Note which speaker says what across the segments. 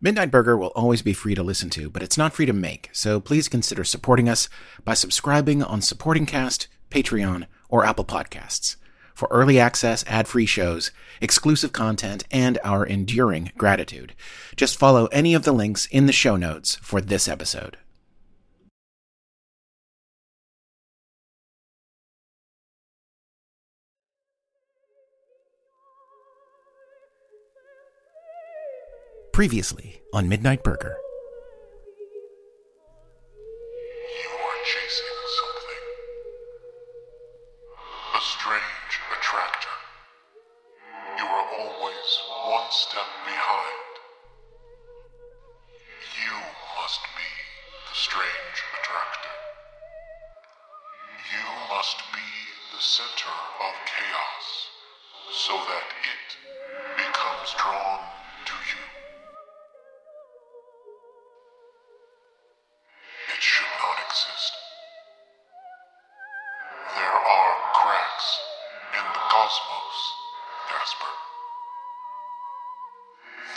Speaker 1: Midnight Burger will always be free to listen to, but it's not free to make, so please consider supporting us by subscribing on Supporting Cast, Patreon, or Apple Podcasts for early access, ad-free shows, exclusive content, and our enduring gratitude. Just follow any of the links in the show notes for this episode. Previously on Midnight Burger.
Speaker 2: You are chasing something. A strange attractor. You are always one step behind. You must be the strange attractor. You must be the center of chaos so that it becomes drawn to you. It should not exist. There are cracks in the cosmos, Casper.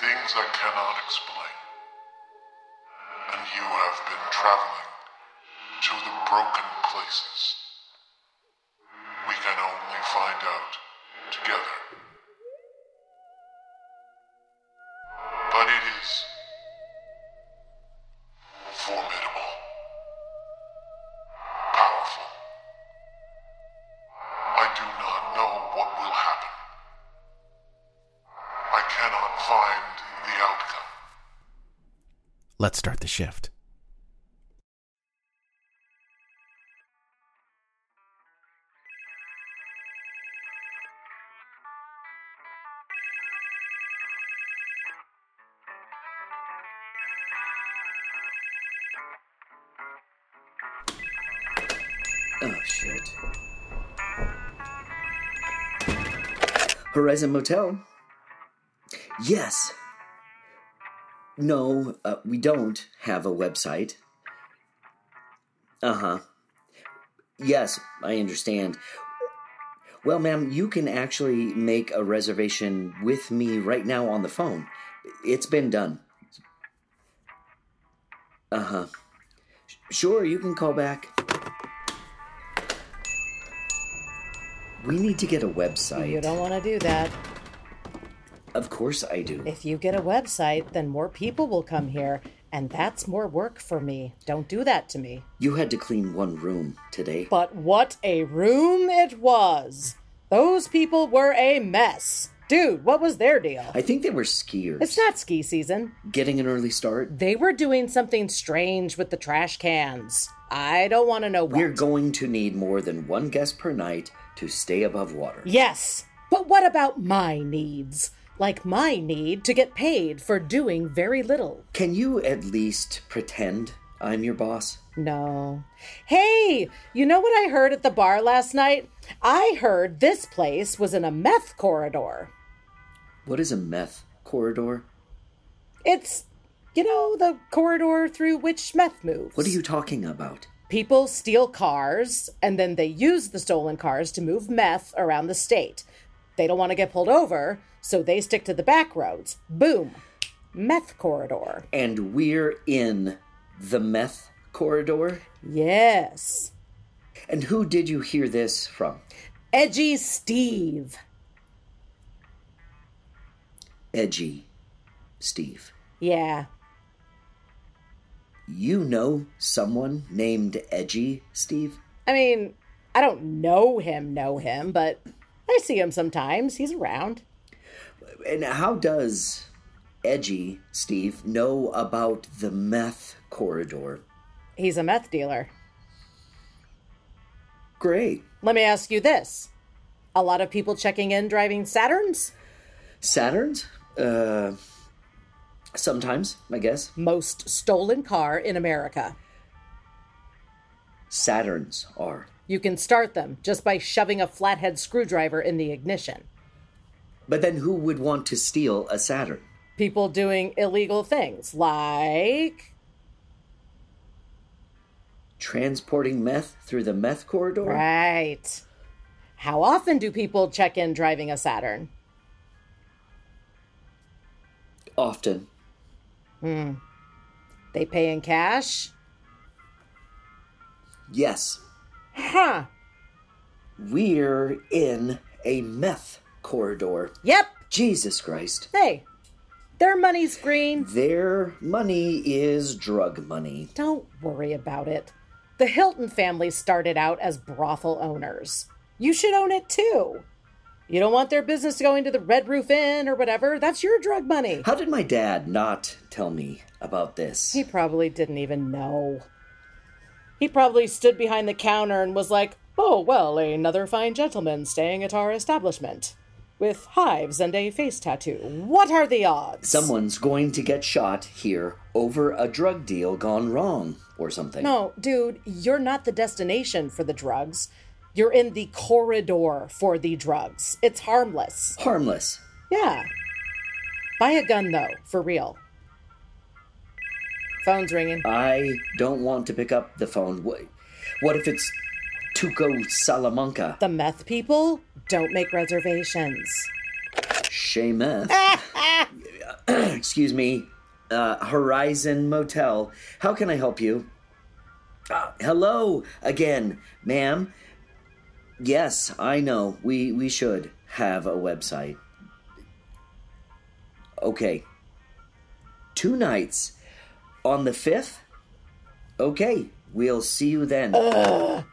Speaker 2: Things I cannot explain. And you have been traveling to the broken places. We can only find out together. But it is formidable, powerful. I do not know what will happen. I cannot find the outcome.
Speaker 1: Let's start the shift.
Speaker 3: Oh shit. Horizon Motel? Yes. No, uh, we don't have a website. Uh huh. Yes, I understand. Well, ma'am, you can actually make a reservation with me right now on the phone. It's been done. Uh huh. Sure, you can call back. We need to get a website.
Speaker 4: You don't want to do that.
Speaker 3: Of course I do.
Speaker 4: If you get a website, then more people will come here, and that's more work for me. Don't do that to me.
Speaker 3: You had to clean one room today.
Speaker 4: But what a room it was! Those people were a mess. Dude, what was their deal?
Speaker 3: I think they were skiers.
Speaker 4: It's not ski season.
Speaker 3: getting an early start.
Speaker 4: They were doing something strange with the trash cans. I don't want to know what.
Speaker 3: We're going to need more than one guest per night to stay above water.
Speaker 4: Yes, but what about my needs? Like my need to get paid for doing very little.
Speaker 3: Can you at least pretend I'm your boss?
Speaker 4: No. Hey, you know what I heard at the bar last night? I heard this place was in a meth corridor.
Speaker 3: What is a meth corridor?
Speaker 4: It's, you know, the corridor through which meth moves.
Speaker 3: What are you talking about?
Speaker 4: People steal cars and then they use the stolen cars to move meth around the state. They don't want to get pulled over, so they stick to the back roads. Boom. Meth corridor.
Speaker 3: And we're in the meth corridor?
Speaker 4: Yes.
Speaker 3: And who did you hear this from?
Speaker 4: Edgy Steve.
Speaker 3: Edgy Steve.
Speaker 4: Yeah.
Speaker 3: You know someone named Edgy Steve?
Speaker 4: I mean, I don't know him, know him, but I see him sometimes. He's around.
Speaker 3: And how does Edgy Steve know about the meth corridor?
Speaker 4: He's a meth dealer.
Speaker 3: Great.
Speaker 4: Let me ask you this. A lot of people checking in driving Saturns?
Speaker 3: Saturns? Uh, sometimes, I guess.
Speaker 4: Most stolen car in America.
Speaker 3: Saturns are.
Speaker 4: You can start them just by shoving a flathead screwdriver in the ignition.
Speaker 3: But then who would want to steal a Saturn?
Speaker 4: People doing illegal things like
Speaker 3: Transporting meth through the meth corridor?
Speaker 4: Right. How often do people check in driving a Saturn?
Speaker 3: Often.
Speaker 4: Hmm. They pay in cash?
Speaker 3: Yes.
Speaker 4: Huh.
Speaker 3: We're in a meth corridor.
Speaker 4: Yep.
Speaker 3: Jesus Christ.
Speaker 4: Hey, their money's green.
Speaker 3: Their money is drug money.
Speaker 4: Don't worry about it. The Hilton family started out as brothel owners. You should own it too. You don't want their business going to the Red Roof Inn or whatever. That's your drug money.
Speaker 3: How did my dad not tell me about this?
Speaker 4: He probably didn't even know. He probably stood behind the counter and was like, Oh, well, another fine gentleman staying at our establishment with hives and a face tattoo. What are the odds?
Speaker 3: Someone's going to get shot here over a drug deal gone wrong or something.
Speaker 4: No, dude, you're not the destination for the drugs. You're in the corridor for the drugs. It's harmless.
Speaker 3: Harmless.
Speaker 4: Yeah. Buy a gun, though, for real. Phone's ringing.
Speaker 3: I don't want to pick up the phone. What, what if it's Tuco Salamanca?
Speaker 4: The meth people don't make reservations.
Speaker 3: Sheamus. Excuse me. Uh, Horizon Motel. How can I help you? Ah, hello again, ma'am. Yes, I know. We we should have a website. Okay. Two nights on the 5th? Okay. We'll see you then.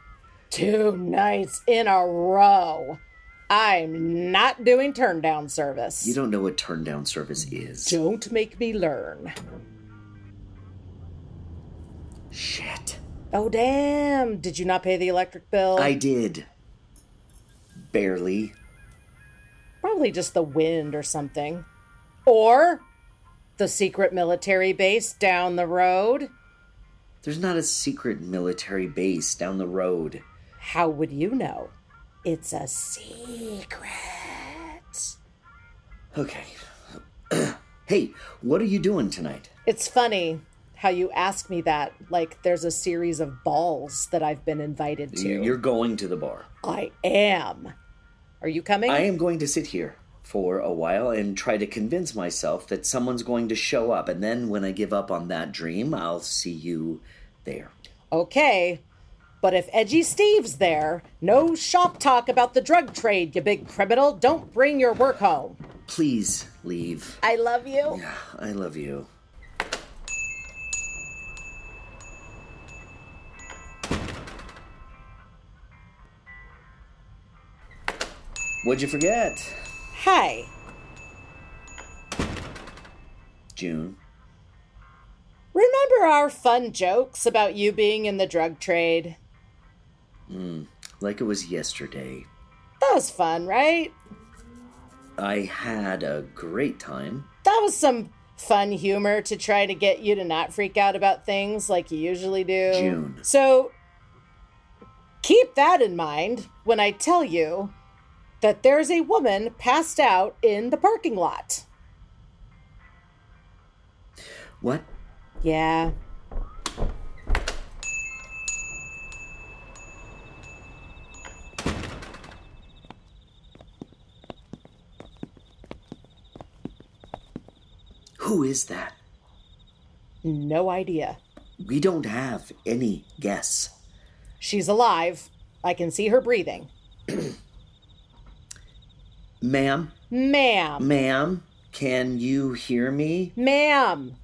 Speaker 4: Two nights in a row. I'm not doing turn down service.
Speaker 3: you don't know what turn down service is.
Speaker 4: Don't make me learn.
Speaker 3: Shit.
Speaker 4: Oh, damn. Did you not pay the electric bill?
Speaker 3: I did. Barely.
Speaker 4: Probably just the wind or something. Or the secret military base down the road.
Speaker 3: There's not a secret military base down the road.
Speaker 4: How would you know? It's a secret.
Speaker 3: Okay. hey, what are you doing tonight?
Speaker 4: It's funny how you ask me that. Like, there's a series of balls that I've been invited to.
Speaker 3: You- You're going to the bar.
Speaker 4: I am. Are you coming?
Speaker 3: I am going to sit here for a while and try to convince myself that someone's going to show up. And then when I give up on that dream, I'll see you there.
Speaker 4: Okay. But if Edgy Steve's there, no shop talk about the drug trade, you big criminal. Don't bring your work home.
Speaker 3: Please leave.
Speaker 4: I love you.
Speaker 3: I love you. What'd you forget?
Speaker 4: Hi.
Speaker 3: June.
Speaker 4: Remember our fun jokes about you being in the drug trade?
Speaker 3: Hmm. Like it was yesterday.
Speaker 4: That was fun, right?
Speaker 3: I had a great time.
Speaker 4: That was some fun humor to try to get you to not freak out about things like you usually do.
Speaker 3: June.
Speaker 4: So keep that in mind when I tell you that there's a woman passed out in the parking lot.
Speaker 3: What?
Speaker 4: Yeah.
Speaker 3: Who is that?
Speaker 4: No idea.
Speaker 3: We don't have any guess.
Speaker 4: She's alive. I can see her breathing.
Speaker 3: Ma'am,
Speaker 4: Ma'am.
Speaker 3: ma'am, can you hear me?
Speaker 4: Ma'am.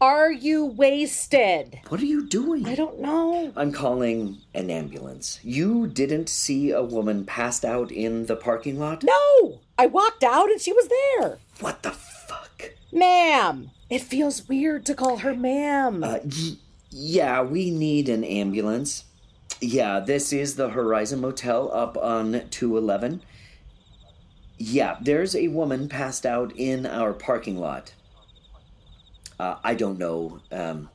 Speaker 4: Are you wasted?
Speaker 3: What are you doing?
Speaker 4: I don't know.
Speaker 3: I'm calling an ambulance. You didn't see a woman passed out in the parking lot?
Speaker 4: No! I walked out and she was there.
Speaker 3: What the fuck?
Speaker 4: Ma'am. It feels weird to call her ma'am.
Speaker 3: Uh, y- yeah, we need an ambulance. Yeah, this is the Horizon Motel up on 211. Yeah, there's a woman passed out in our parking lot. Uh, I don't know. Um,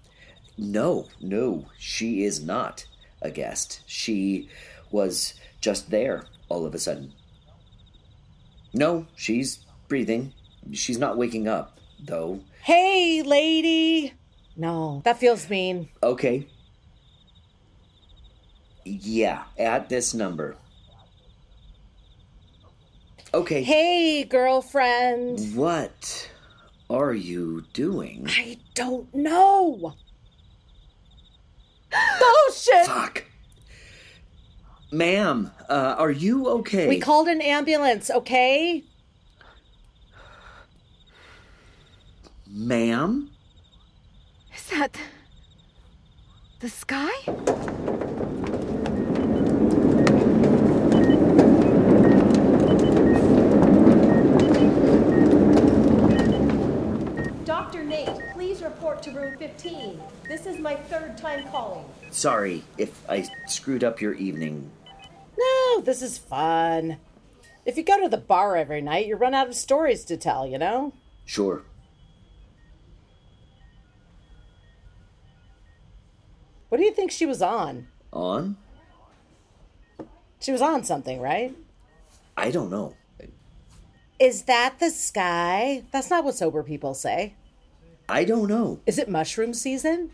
Speaker 3: no, no, she is not. a guest. She was just there all of a sudden. No, she's breathing. She's not waking up, though.
Speaker 4: Hey, lady! No, that feels mean.
Speaker 3: Okay. Yeah, at this number. Okay.
Speaker 4: Hey, girlfriend!
Speaker 3: What are you doing?
Speaker 4: I don't know! Oh, Bullshit!
Speaker 3: Fuck. Ma'am, uh, are you okay?
Speaker 4: We called an ambulance, okay?
Speaker 3: Ma'am?
Speaker 5: Is that the sky?
Speaker 6: Dr. Nate, please report to room 15. This is my third time calling.
Speaker 3: Sorry if I screwed up your evening.
Speaker 4: No, this is fun. If you go to the bar every night, you run out of stories to tell, you know?
Speaker 3: Sure.
Speaker 4: What do you think she was on?
Speaker 3: On?
Speaker 4: She was on something, right?
Speaker 3: I don't know.
Speaker 4: Is that the sky? That's not what sober people say.
Speaker 3: I don't know.
Speaker 4: Is it mushroom season?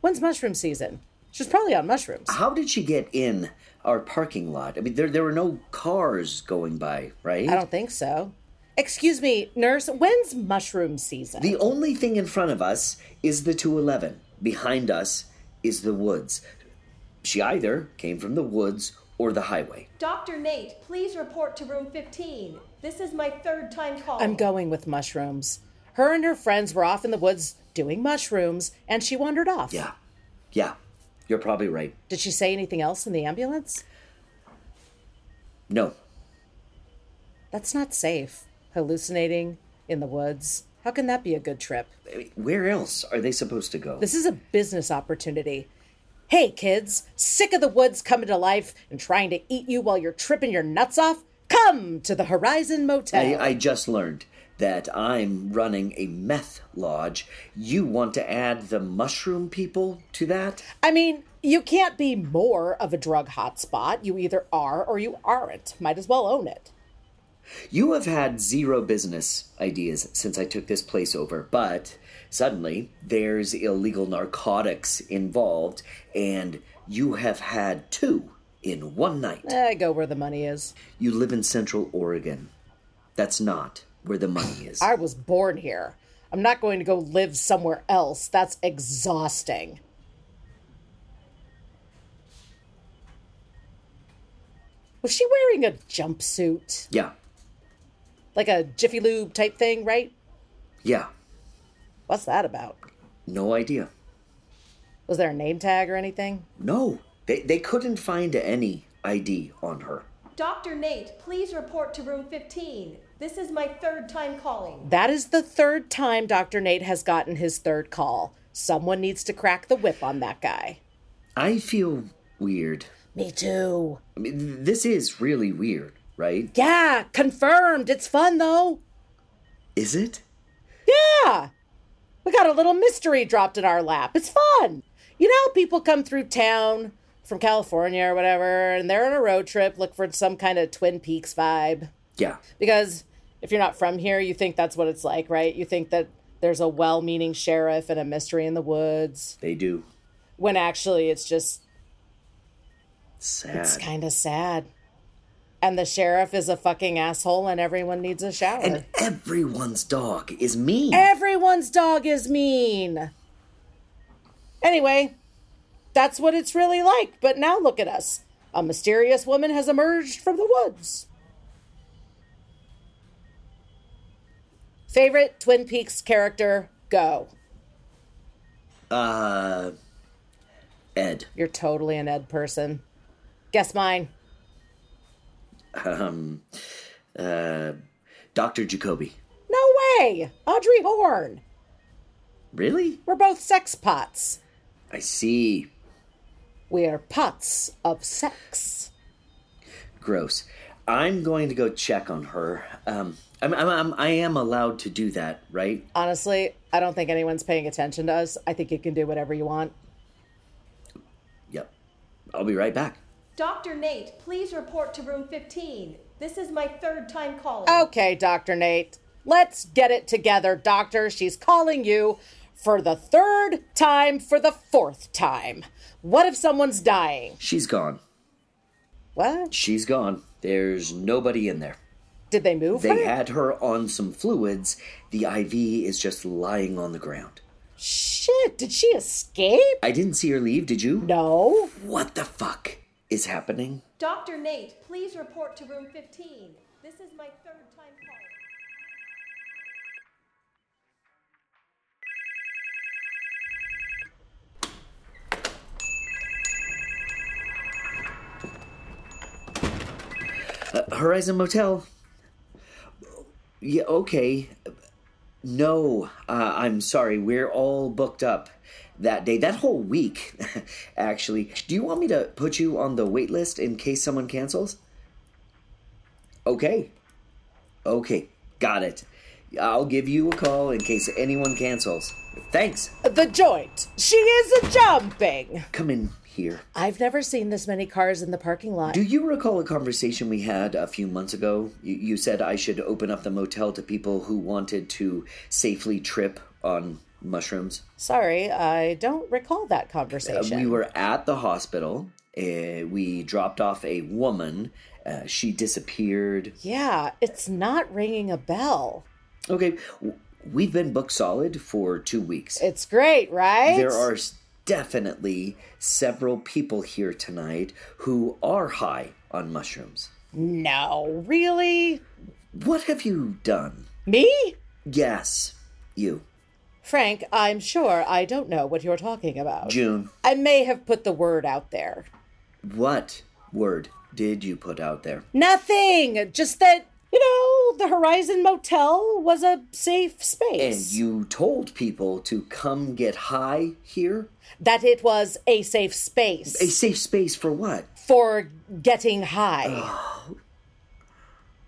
Speaker 4: When's mushroom season? She's probably on mushrooms.
Speaker 3: How did she get in our parking lot? I mean, there, there were no cars going by, right?
Speaker 4: I don't think so. Excuse me, nurse, when's mushroom season?
Speaker 3: The only thing in front of us is the 211. Behind us is the woods. She either came from the woods or the highway.
Speaker 6: Dr. Nate, please report to room 15. This is my third time calling.
Speaker 4: I'm going with mushrooms. Her and her friends were off in the woods doing mushrooms, and she wandered off.
Speaker 3: Yeah. Yeah. You're probably right.
Speaker 4: Did she say anything else in the ambulance?
Speaker 3: No.
Speaker 4: That's not safe. Hallucinating in the woods. How can that be a good trip?
Speaker 3: I mean, Where else are they supposed to go?
Speaker 4: This is a business opportunity. Hey, kids, sick of the woods coming to life and trying to eat you while you're tripping your nuts off? Come to the Horizon
Speaker 3: I,
Speaker 4: Motel.
Speaker 3: I just learned that I'm running a meth lodge. You want to add the mushroom people to that?
Speaker 4: I mean, you can't be more of a drug hotspot. You either are or you aren't. Might as well own it.
Speaker 3: You have had zero business ideas since I took this place over, but suddenly there's illegal narcotics involved, and you have had two in one night.
Speaker 4: Eh, I go where the money is.
Speaker 3: You live in Central Oregon. That's not where the money is.
Speaker 4: I was born here. I'm not going to go live somewhere else. That's exhausting. Was she wearing a jumpsuit?
Speaker 3: Yeah,
Speaker 4: Like a Jiffy Lube type thing, right?
Speaker 3: yeah,
Speaker 4: What's that about?
Speaker 3: no idea.
Speaker 4: Was there a name tag or anything?
Speaker 3: No, they, they couldn't find any ID on her.
Speaker 6: Dr. Nate, please report to room 15. This is my third time calling.
Speaker 4: That is the third time Dr. Nate has gotten his third call. Someone needs to crack the whip on that guy.
Speaker 3: I feel weird.
Speaker 4: Me too.
Speaker 3: I mean, this is really weird, right?
Speaker 4: Yeah, confirmed. It's fun though.
Speaker 3: Is it?
Speaker 4: Yeah. We got a little mystery dropped in our lap. It's fun. You know, people come through town from California or whatever, and they're on a road trip, look for some kind of Twin Peaks vibe.
Speaker 3: Yeah.
Speaker 4: Because if you're not from here, you think that's what it's like, right? You think that there's a well meaning sheriff and a mystery in the woods,
Speaker 3: They do.
Speaker 4: when actually it's just
Speaker 3: Sad.
Speaker 4: It's kind of sad. And the sheriff is a fucking asshole and everyone needs a shower.
Speaker 3: and everyone's dog is mean.
Speaker 4: Everyone's dog is mean. Anyway, that's what it's really like. But now look at us. A mysterious woman has emerged from the woods. Favorite Twin Peaks character? Go.
Speaker 3: uh, Ed.
Speaker 4: You're totally an Ed person. Guess mine.
Speaker 3: Um, uh, Dr. Jacoby.
Speaker 4: No way! Audrey Horn.
Speaker 3: Really?
Speaker 4: We're both sex pots.
Speaker 3: I see.
Speaker 4: We are pots of sex.
Speaker 3: Gross. I'm going to go check on her. Um, I'm, I'm, I'm, I am allowed to do that, right?
Speaker 4: Honestly, I don't think anyone's paying attention to us. I think you can do whatever you want.
Speaker 3: Yep. I'll be right back.
Speaker 6: Dr. Nate, please report to room 15. This is my third time calling.
Speaker 4: Okay, Dr. Nate. Let's get it together, Doctor. She's calling you for the third time, for the fourth time. What if someone's dying?
Speaker 3: She's gone.
Speaker 4: What?
Speaker 3: She's gone. There's nobody in there.
Speaker 4: Did they move
Speaker 3: They
Speaker 4: her?
Speaker 3: had her on some fluids. The IV is just lying on the ground.
Speaker 4: Shit, did she escape?
Speaker 3: I didn't see her leave, did you?
Speaker 4: No.
Speaker 3: What the fuck is happening?
Speaker 6: Dr. Nate, please report to room 15. This is my third time calling.
Speaker 3: Uh, Horizon Motel. Yeah, okay. No, uh, I'm sorry. We're all booked up that day, that whole week, actually. Do you want me to put you on the wait list in case someone cancels? Okay. Okay, got it. I'll give you a call in case anyone cancels. Thanks.
Speaker 4: The joint. She is a jumping.
Speaker 3: Come in here.
Speaker 4: I've never seen this many cars in the parking lot.
Speaker 3: Do you recall a conversation we had a few months ago? You, you said I should open up the motel to people who wanted to safely trip on mushrooms.
Speaker 4: Sorry, I don't recall that
Speaker 3: Uh,
Speaker 4: conversation.
Speaker 3: we were at the hospital. Uh, we dropped off a woman. Uh, she disappeared.
Speaker 4: Yeah, it's not ringing a bell.
Speaker 3: Okay, w- we've been booked solid for two weeks.
Speaker 4: It's great, right?
Speaker 3: There are s- definitely several people here tonight who are high on mushrooms.
Speaker 4: No, really?
Speaker 3: What have you done?
Speaker 4: Me?
Speaker 3: Yes, you,
Speaker 4: Frank, I'm sure I don't know what you're talking about.
Speaker 3: June.
Speaker 4: I may have put the word out there.
Speaker 3: What word did you put out there?
Speaker 4: Nothing, just that, you know, the Horizon Motel was a safe
Speaker 3: And
Speaker 4: space.
Speaker 3: you told people to come get high here?
Speaker 4: that it was a safe space
Speaker 3: A safe space for what?
Speaker 4: for getting high.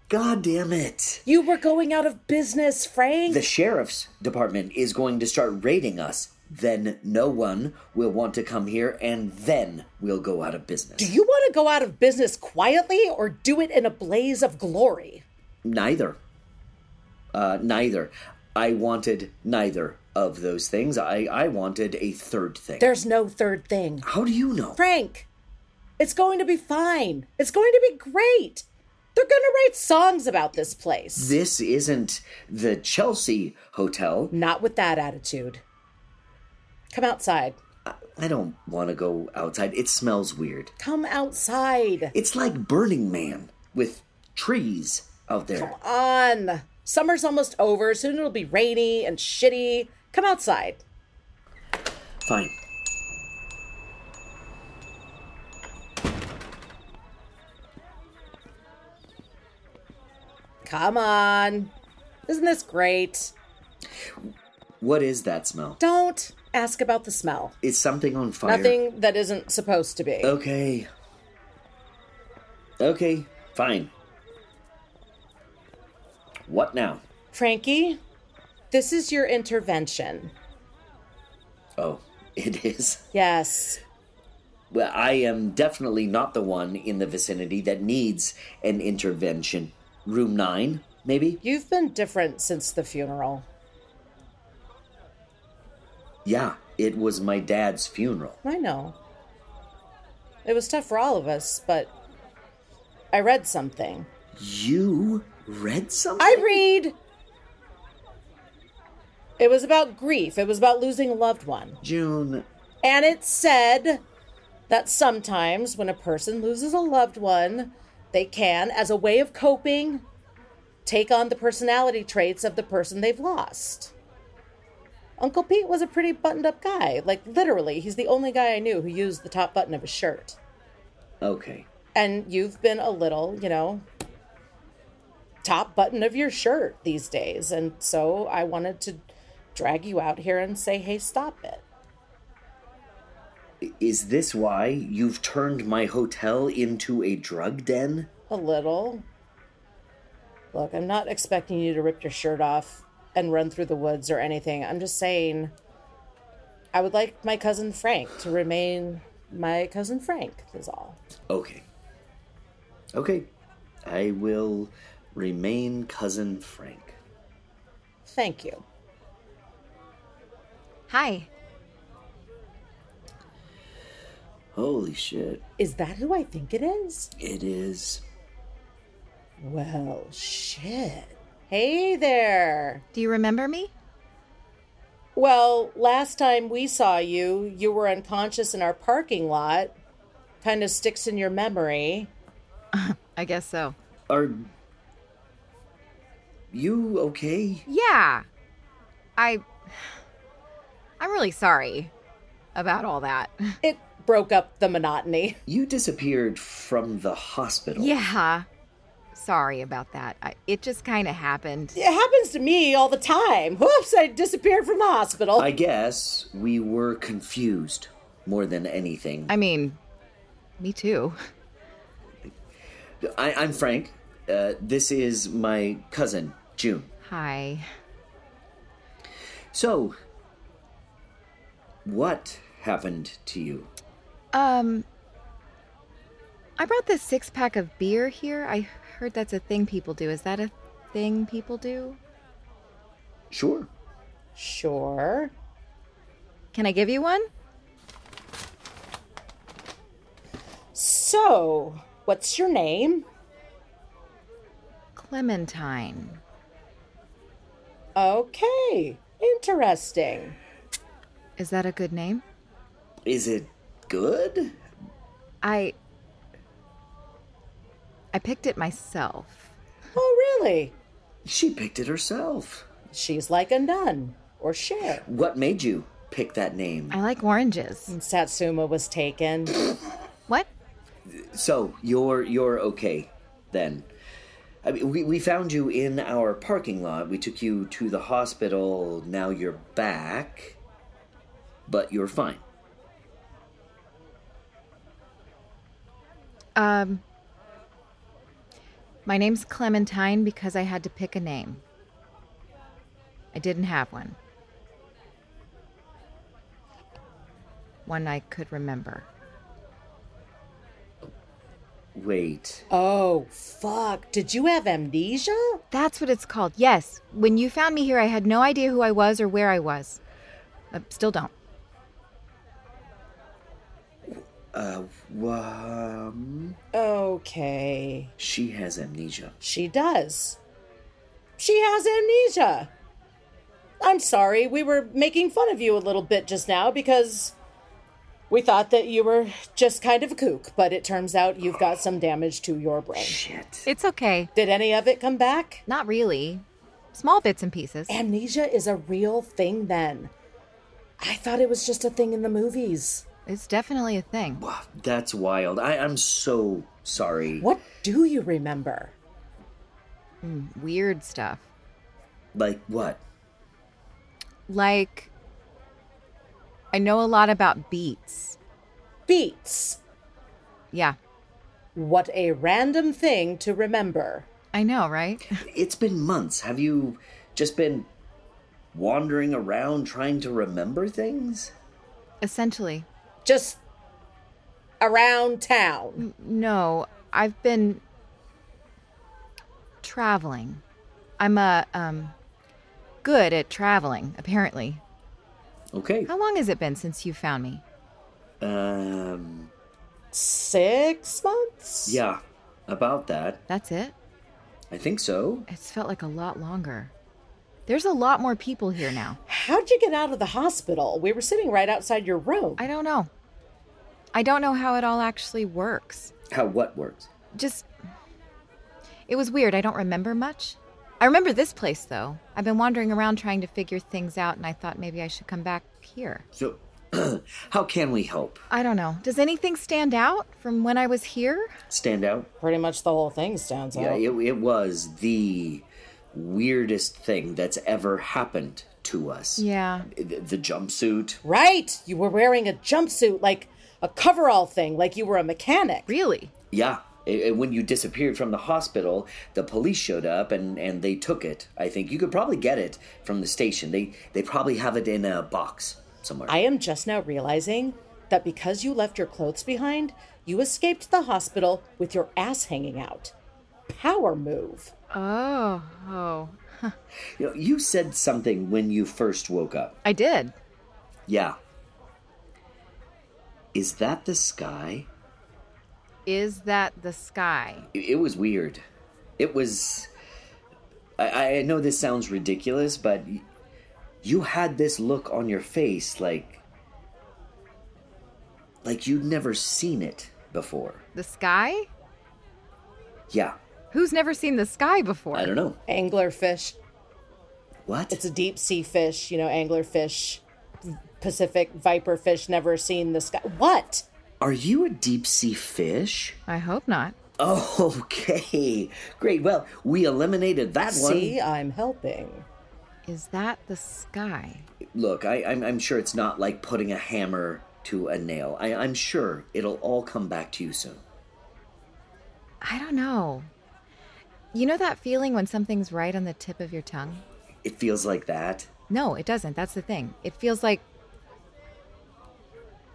Speaker 3: God damn it.
Speaker 4: you were going out of business, Frank.
Speaker 3: The sheriff's department is going to start raiding us. Then no one will want to come here, and then we'll go out of business.
Speaker 4: Do you want to go out of business quietly or do it in a blaze of glory?
Speaker 3: Neither. Uh, neither. I wanted neither of those things. I, I wanted a third thing.
Speaker 4: There's no third thing.
Speaker 3: How do you know?
Speaker 4: Frank, it's going to be fine. It's going to be great. They're going to write songs about this place.
Speaker 3: This isn't the Chelsea Hotel.
Speaker 4: Not with that attitude. Come outside.
Speaker 3: I don't want to go outside. It smells weird.
Speaker 4: Come outside.
Speaker 3: It's like Burning Man with trees out there.
Speaker 4: On. Summer's almost over. Soon it'll be rainy and shitty. Come outside.
Speaker 3: Fine.
Speaker 4: Come on. Isn't this great?
Speaker 3: What is that smell?
Speaker 4: Don't ask about the smell.
Speaker 3: Is something on fire? Oh.
Speaker 4: Nothing that isn't supposed to be.
Speaker 3: Okay. Okay, fine. What now?
Speaker 4: Frankie, this is your intervention.
Speaker 3: Oh, it is.
Speaker 4: Yes.
Speaker 3: Well, I am definitely not the one in the vicinity that needs an intervention. Room 9, maybe?
Speaker 4: You've been different since the funeral.
Speaker 3: Yeah, it was my dad's funeral.
Speaker 4: I know. It was tough for all of us, but I read something.
Speaker 3: You read something?
Speaker 4: I read! It was about grief, it was about losing a loved one.
Speaker 3: June,
Speaker 4: And it said that sometimes when a person loses a loved one, they can, as a way of coping, take on the personality traits of the person they've lost. Uncle Pete was a pretty buttoned up guy. Like, literally, he's the only guy I knew who used the top button of his shirt.
Speaker 3: Okay.
Speaker 4: And you've been a little, you know, top button of your shirt these days. And so I wanted to drag you out here and say, hey, stop it.
Speaker 3: Is this why you've turned my hotel into a drug den?
Speaker 4: A little. Look, I'm not expecting you to rip your shirt off and run through the woods or anything. I'm just saying I would like my cousin Frank to remain my cousin Frank is all.
Speaker 3: Okay. Okay. I will remain cousin Frank.
Speaker 4: Thank you.
Speaker 5: Hi.
Speaker 3: Holy shit.
Speaker 4: Is that who I think it is?
Speaker 3: It is.
Speaker 4: Well, shit. Hey there.
Speaker 5: Do you remember me?
Speaker 4: Well, last time we saw you, you were unconscious in our parking lot. Kind of sticks in your memory.
Speaker 5: I guess so.
Speaker 3: Are you okay?
Speaker 5: Yeah. I. I'm really sorry about all that.
Speaker 4: It broke up the monotony.
Speaker 3: You disappeared from the hospital.
Speaker 5: Yeah. Sorry about that. I, it just kind of happened.
Speaker 4: It happens to me all the time. Whoops, I disappeared from the hospital.
Speaker 3: I guess we were confused more than anything.
Speaker 5: I mean, me too.
Speaker 3: I, I'm Frank. Uh, this is my cousin, June.
Speaker 5: Hi.
Speaker 3: So, what happened to you?
Speaker 5: Um. I brought this six pack of beer here. I heard that's a thing people do. Is that a thing people do?
Speaker 3: Sure.
Speaker 4: Sure.
Speaker 5: Can I give you one?
Speaker 4: So, what's your name?
Speaker 5: Clementine.
Speaker 4: Okay, interesting.
Speaker 5: Is that a good name?
Speaker 3: Is it good?
Speaker 5: I. I picked it myself.
Speaker 4: Oh, really?
Speaker 3: She picked it herself.
Speaker 4: She's like a nun or Cher.
Speaker 3: What made you pick that name?
Speaker 5: I like oranges.
Speaker 4: Satsuma was taken.
Speaker 5: What?
Speaker 3: So you're you're okay then. I mean, we we found you in our parking lot. We took you to the hospital. Now you're back, but you're fine.
Speaker 5: Um. My name's Clementine because I had to pick a name. I didn't have one. One I could remember.
Speaker 3: Wait,
Speaker 4: Oh, fuck. Did you have amnesia?
Speaker 5: That's what it's called. Yes. When you found me here, I had no idea who I was or where I was. I still don't.
Speaker 3: uh, um,
Speaker 4: Okay.
Speaker 3: she has amnesia.
Speaker 4: She does. She has amnesia. I'm sorry, we were making fun of you a little bit just now because we thought that you were just kind of a kook, but it turns out you've got some damage to your brain.
Speaker 3: Shit.
Speaker 5: It's okay.
Speaker 4: Did any of it come back?
Speaker 5: Not really. Small bits and pieces.
Speaker 4: Amnesia is a real thing then. I thought it was just a thing in the movies.
Speaker 5: It's definitely a thing.
Speaker 3: Wow, that's wild. I I'm so sorry.
Speaker 4: What do you remember?
Speaker 5: Mm, Weird stuff.
Speaker 3: Like what?
Speaker 5: Like, I know a lot about beats.
Speaker 4: Beats.
Speaker 5: Yeah,
Speaker 4: What a random thing to remember.
Speaker 5: I know, right?
Speaker 3: It's been months. Have you just been wandering around trying to remember things?
Speaker 5: Essentially.
Speaker 4: Just around town.
Speaker 5: N- No, I've been traveling. I'm a um good at traveling, apparently.
Speaker 3: Okay.
Speaker 5: How long has it been since you found me?
Speaker 3: Um.
Speaker 4: six months?
Speaker 3: Yeah, about that.
Speaker 5: That's it?
Speaker 3: I think so.
Speaker 5: It's felt like a lot longer. There's a lot more people here now.
Speaker 4: How'd you get out of the hospital? We were sitting right outside your room.
Speaker 5: I don't know. I don't know how it all actually works.
Speaker 3: How what works?
Speaker 5: Just It was weird. I don't remember much. I remember this place though. I've been wandering around trying to figure things out and I thought maybe I should come back here.
Speaker 3: So, how can we help?
Speaker 5: I don't know. Does anything stand out from when I was here?
Speaker 3: Stand out?
Speaker 4: Pretty much the whole thing stands
Speaker 3: Yeah,
Speaker 4: out.
Speaker 3: it, it was the weirdest thing that's ever happened to us.
Speaker 5: Yeah.
Speaker 3: The, the jumpsuit.
Speaker 4: Right! You were wearing a jumpsuit, like a coverall thing, like you were a mechanic.
Speaker 5: Really?
Speaker 3: Yeah. It- it- when you disappeared from the hospital, the police showed up and, and they took it. I think you could probably get it from the station. They they probably have it in a box somewhere.
Speaker 4: I am just now realizing that because you left your clothes behind, you escaped the hospital with your ass hanging out. Power move.
Speaker 5: Oh, oh.
Speaker 3: You, know, you said something when you first woke up.
Speaker 5: I did.
Speaker 3: Yeah. Is that the sky?
Speaker 5: Is that the sky?
Speaker 3: It, it was weird. It was. I, I know this sounds ridiculous, but y- you had this look on your face like. like you'd never seen it before.
Speaker 5: The sky?
Speaker 3: Yeah.
Speaker 5: Who's never seen the sky before?
Speaker 3: I don't know.
Speaker 4: Anglerfish.
Speaker 3: What?
Speaker 4: It's a deep sea fish, you know, anglerfish, Pacific viper fish, never seen the sky. What?
Speaker 3: Are you a deep sea fish?
Speaker 5: I hope not.
Speaker 3: Oh, okay. Great. Well, we eliminated that one.
Speaker 4: See, I'm helping.
Speaker 5: Is that the sky?
Speaker 3: Look, I, I'm, I'm sure it's not like putting a hammer to a nail. I, I'm sure it'll all come back to you soon.
Speaker 5: I don't know. You know that feeling when something's right on the tip of your tongue?
Speaker 3: It feels like that.
Speaker 5: No, it doesn't. That's the thing. It feels like.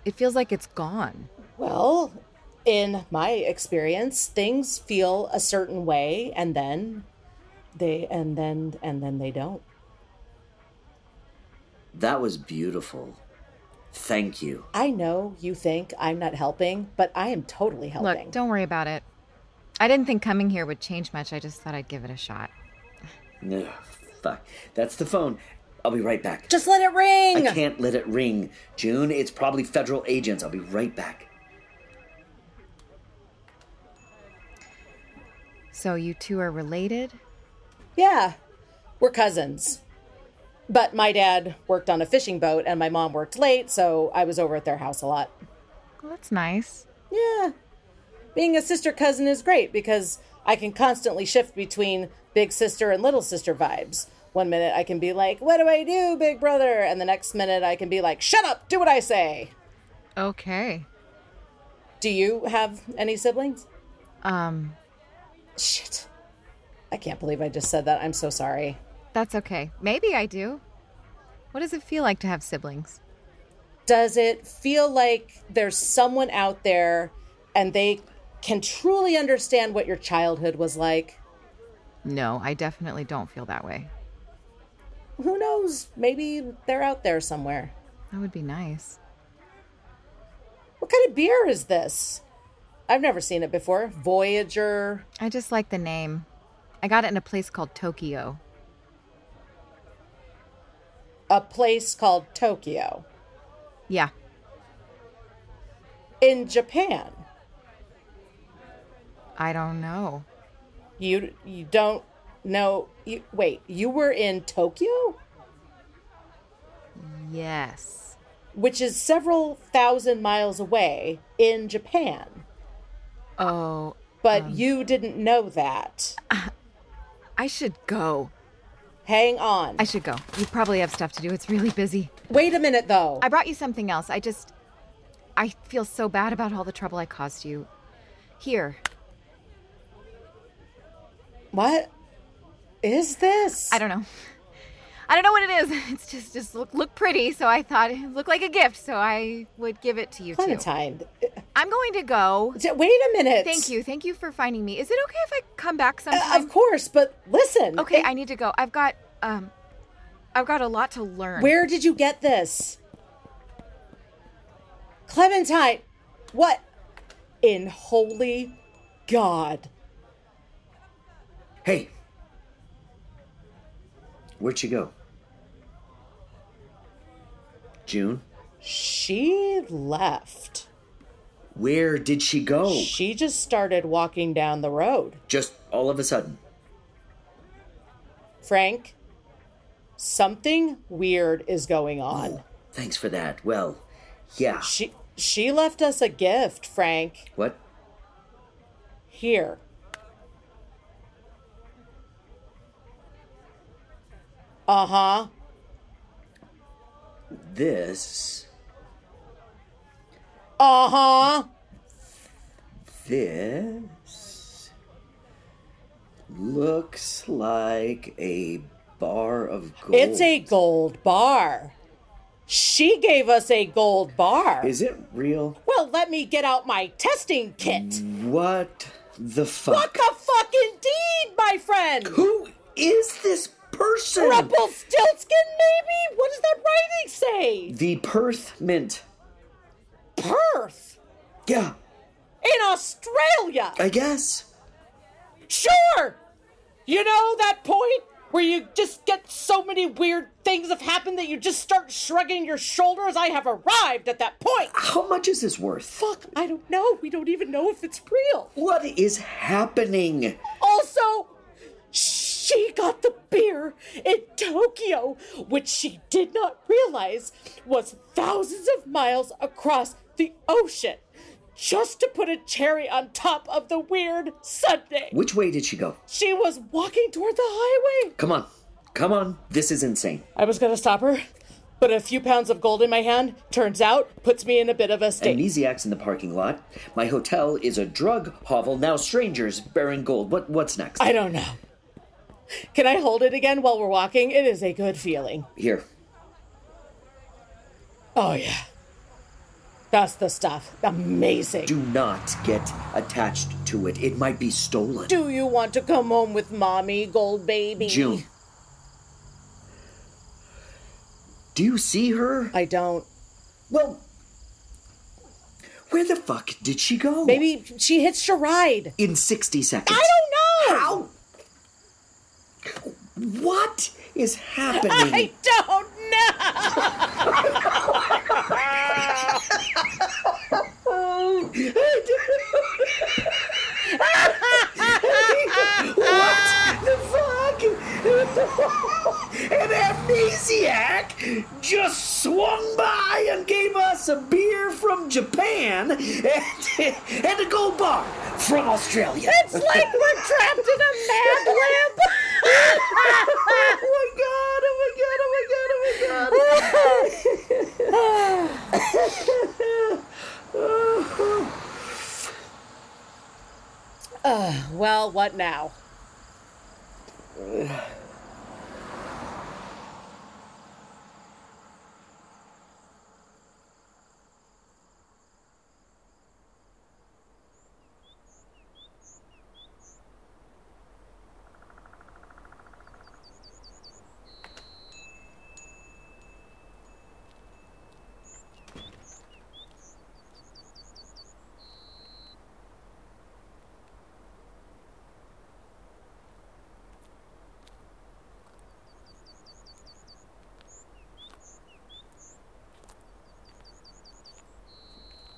Speaker 5: It feels like it's gone.
Speaker 4: Well, in my experience, things feel a certain way and then they and then and then they don't.
Speaker 3: That was beautiful. Thank you.
Speaker 4: I know you think I'm not helping, but I am totally helping.
Speaker 5: Look, don't worry about it. I didn't think coming here would change much. I just thought I'd give it a shot.
Speaker 3: Ugh, fuck. That's the phone. I'll be right back.
Speaker 4: Just let it ring.
Speaker 3: I can't let it ring. June, it's probably federal agents. I'll be right back.
Speaker 5: So you two are related?
Speaker 4: Yeah, we're cousins. But my dad worked on a fishing boat and my mom worked late, so I was over at their house a lot.
Speaker 5: Well, that's nice.
Speaker 4: Yeah. Being a sister cousin is great because I can constantly shift between big sister and little sister vibes. One minute I can be like, What do I do, big brother? And the next minute I can be like, Shut up, do what I say.
Speaker 5: Okay.
Speaker 4: Do you have any siblings?
Speaker 5: Um,
Speaker 4: Shit. I can't believe I just said that. I'm so sorry.
Speaker 5: that's okay. Maybe I do. What does it feel like to have siblings?
Speaker 4: does it feel like there's someone out there and they can truly understand what your childhood was like?
Speaker 5: No, I definitely don't feel that way.
Speaker 4: Who knows? Maybe they're out there somewhere.
Speaker 5: That would be nice.
Speaker 4: What kind of beer is this? I've never seen it before. Voyager.
Speaker 5: I just like the name. I got it in a place called Tokyo.
Speaker 4: A place called Tokyo.
Speaker 5: Yeah.
Speaker 4: In Japan.
Speaker 5: I don't know.
Speaker 4: You you don't know you wait, you were in Tokyo?
Speaker 5: Yes.
Speaker 4: Which is several thousand miles away in Japan.
Speaker 5: Oh,
Speaker 4: But you didn't know that.
Speaker 5: I should go.
Speaker 4: Hang on.
Speaker 5: I should go. You probably have stuff to do. It's really busy.
Speaker 4: Wait a minute, though.
Speaker 5: I brought you something else. I just. I feel so bad about all the trouble I caused you. Here.
Speaker 4: what is this?
Speaker 5: I don't know. I don't know what it is. It's just just look, look pretty, so I thought it looked like a gift, so I would give it to you too.
Speaker 4: Clementine. uh,
Speaker 5: I'm going to go.
Speaker 4: d- Wait a minute.
Speaker 5: Thank you. Thank you for finding me. Is it okay if I come back
Speaker 4: Uh,
Speaker 5: sometime?
Speaker 4: of course, but listen.
Speaker 5: okay,
Speaker 4: it-
Speaker 5: I need to go. I've got um I've got a lot to learn.
Speaker 4: where did you get this? Clementine. What? In holy God.
Speaker 3: Hey, where'd you go? June?
Speaker 4: She left.
Speaker 3: Where did she go?
Speaker 4: She just started walking down the road.
Speaker 3: Just all of a sudden.
Speaker 4: Frank, something weird is going on.
Speaker 3: Oh, thanks for that. Well, yeah.
Speaker 4: She she left us a gift, Frank.
Speaker 3: What?
Speaker 4: Here. Uh-huh.
Speaker 3: This.
Speaker 4: Uh-huh.
Speaker 3: This. Looks like a bar of gold.
Speaker 4: It's a gold bar. She gave us a gold bar.
Speaker 3: Is it real?
Speaker 4: well, let me get out my testing kit.
Speaker 3: What the Mm, fuck?
Speaker 4: What the fuck, indeed, my friend?
Speaker 3: Who is this person?
Speaker 4: Rumpelstiltskin, maybe? What does that writing say?
Speaker 3: The Perth Mint.
Speaker 4: Perth
Speaker 3: Yeah,
Speaker 4: in Australia.
Speaker 3: I guess.
Speaker 4: Sure. You know that point where you just get so many weird things have happened that you just start shrugging your shoulders. I have arrived at that point.
Speaker 3: How much is this worth?
Speaker 4: Fuck, I don't know. We don't even know if it's real.
Speaker 3: What is happening?
Speaker 4: Also, she got the beer in Tokyo, which she did not realize was thousands of miles across the ocean, just to put a cherry on top of the weird Sunday.
Speaker 3: Which way did she go?
Speaker 4: She was walking toward the highway.
Speaker 3: Come on. Come on. This is insane.
Speaker 4: I was gonna stop her, but a few pounds of gold in my hand, turns out, puts me in a bit of a state.
Speaker 3: Amnesiacs in the parking lot. My hotel is a drug hovel. Now strangers bearing gold. What what's next?
Speaker 4: I don't know. Can I hold it again while we're walking? It is a good feeling.
Speaker 3: Here.
Speaker 4: Oh, yeah. That's the stuff. Amazing.
Speaker 3: Do not get attached to it. It might be stolen.
Speaker 4: Do you want to come home with mommy, gold baby?
Speaker 3: June. Do you see her?
Speaker 4: I don't.
Speaker 3: Well, where the fuck did she go?
Speaker 4: Maybe she hitched a ride.
Speaker 3: in 60 seconds.
Speaker 4: I don't
Speaker 3: How?
Speaker 4: know.
Speaker 3: What is happening?
Speaker 4: I don't know.
Speaker 3: what Ah, the fuck? An amnesiac just swung by and gave us a beer from Japan and, and a gold bar from Australia.
Speaker 4: It's like we're trapped in a mad lab.
Speaker 3: oh my god, oh my god, oh my god, oh my god.
Speaker 4: Uh, Well, what now?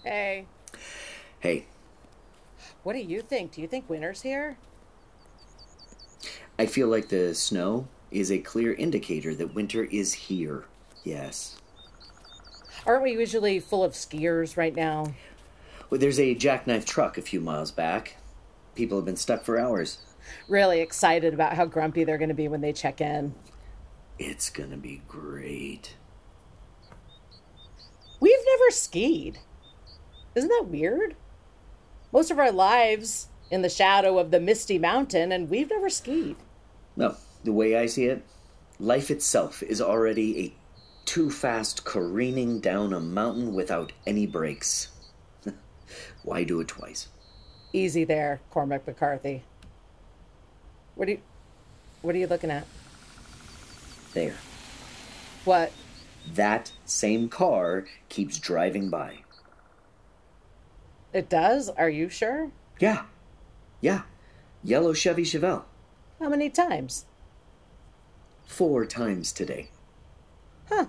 Speaker 4: Hey,
Speaker 3: Hey,
Speaker 4: what do you think? Do you think winter's here?
Speaker 3: I feel like the snow is a clear indicator that winter is here. Yes.
Speaker 4: Aren't we usually full of skiers right now?
Speaker 3: Well, there's a jackknife truck a few miles back. People have been stuck for hours.
Speaker 4: Really excited about how grumpy they're going to be when they check in.
Speaker 3: It's gonna be great.
Speaker 4: We've never skied. Isn't that weird? Most of our lives in the shadow of the Misty Mountain, and we've never skied.
Speaker 3: No, the way I see it, life itself is already a too fast careening down a mountain without any brakes. Why do it twice?
Speaker 4: Easy there, Cormac McCarthy. What do you, what are you looking at?
Speaker 3: There.
Speaker 4: What?
Speaker 3: That same car keeps driving by.
Speaker 4: It does? Are you sure?
Speaker 3: Yeah. Yeah. Yellow Chevy Chevelle.
Speaker 4: How many times?
Speaker 3: Four times today.
Speaker 4: Huh.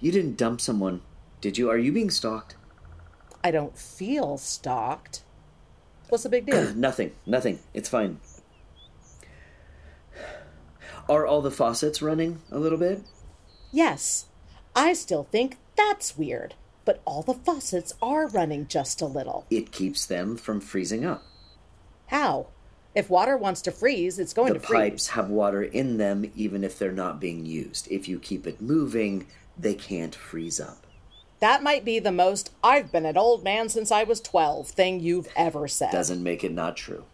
Speaker 3: You didn't dump someone, did you? Are you being stalked?
Speaker 4: I don't feel stalked. What's the big deal?
Speaker 3: Nothing. Nothing. It's fine. Are all the faucets running a little bit?
Speaker 4: yes, I still think that's weird, but all the faucets are running just a little.
Speaker 3: It keeps them from freezing up.
Speaker 4: How? If water wants to freeze, it's going
Speaker 3: the
Speaker 4: to freeze.
Speaker 3: pipes have water in them even if they're not being used. If you keep it moving, they can't freeze up.
Speaker 4: That might be the most I've been an old man since I was 12 thing you've ever said.
Speaker 3: Doesn't make it not true.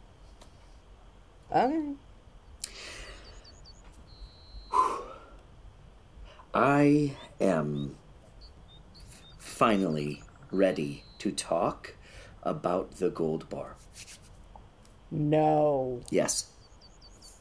Speaker 4: Um, Okay.
Speaker 3: I am finally ready to talk about the gold bar.
Speaker 4: No.
Speaker 3: Yes,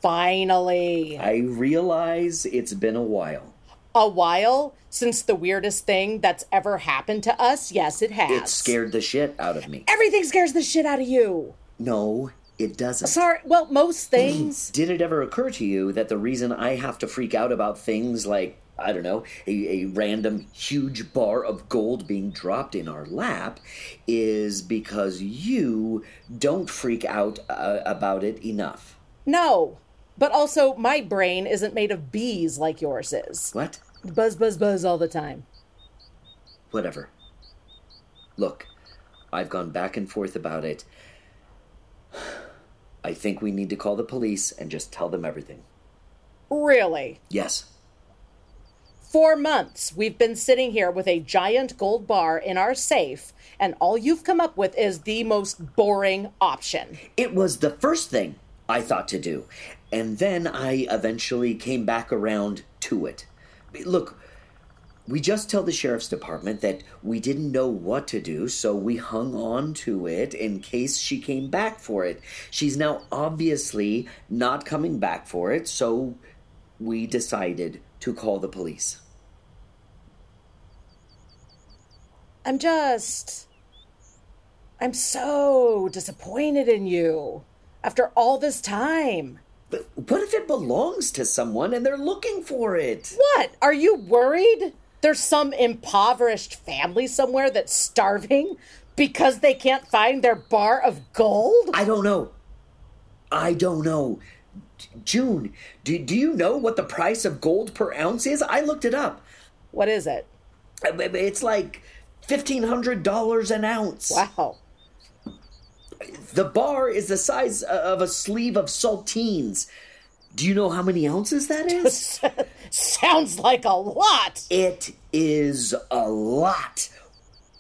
Speaker 4: Finally.
Speaker 3: I realize it's been a while.
Speaker 4: A while since the weirdest thing that's ever happened to us. Yes, it has.
Speaker 3: It scared the shit out of me.
Speaker 4: Everything scares the shit out of you.
Speaker 3: No, it doesn't.
Speaker 4: Sorry. Well, most things.
Speaker 3: Did it ever occur to you that the reason I have to freak out about things like, I don't know, a, a random huge bar of gold being dropped in our lap is because you don't freak out uh, about it enough?
Speaker 4: no. But also, my brain isn't made of bees like yours is.
Speaker 3: What?
Speaker 4: Buzz, buzz, buzz all the time.
Speaker 3: Whatever. Look, I've gone back and forth about it. I think we need to call the police and just tell them everything.
Speaker 4: Really?
Speaker 3: Yes.
Speaker 4: Four months we've been sitting here with a giant gold bar in our safe, and all you've come up with is the most boring option.
Speaker 3: It was the first thing I thought to do. And then I eventually came back around to it. Look, we just tell the sheriff's department that we didn't know what to do, so we hung on to it in case she came back for it. She's now obviously not coming back for it, so we decided to call the police.
Speaker 4: I'm just. I'm so disappointed in you after all this time.
Speaker 3: But what if it belongs to someone and they're looking for it?
Speaker 4: What? Are you worried? There's some impoverished family somewhere that's starving because they can't find their bar of gold?
Speaker 3: I don't know. I don't know. J- June, do, do you know what the price of gold per ounce is? I looked it up.
Speaker 4: What is it?
Speaker 3: Uh, b- b- It's like $1,500 an ounce.
Speaker 4: Wow.
Speaker 3: The bar is the size o- of a sleeve of saltines. Do you know how many ounces that is?
Speaker 4: Sounds like a lot.
Speaker 3: it is a lot.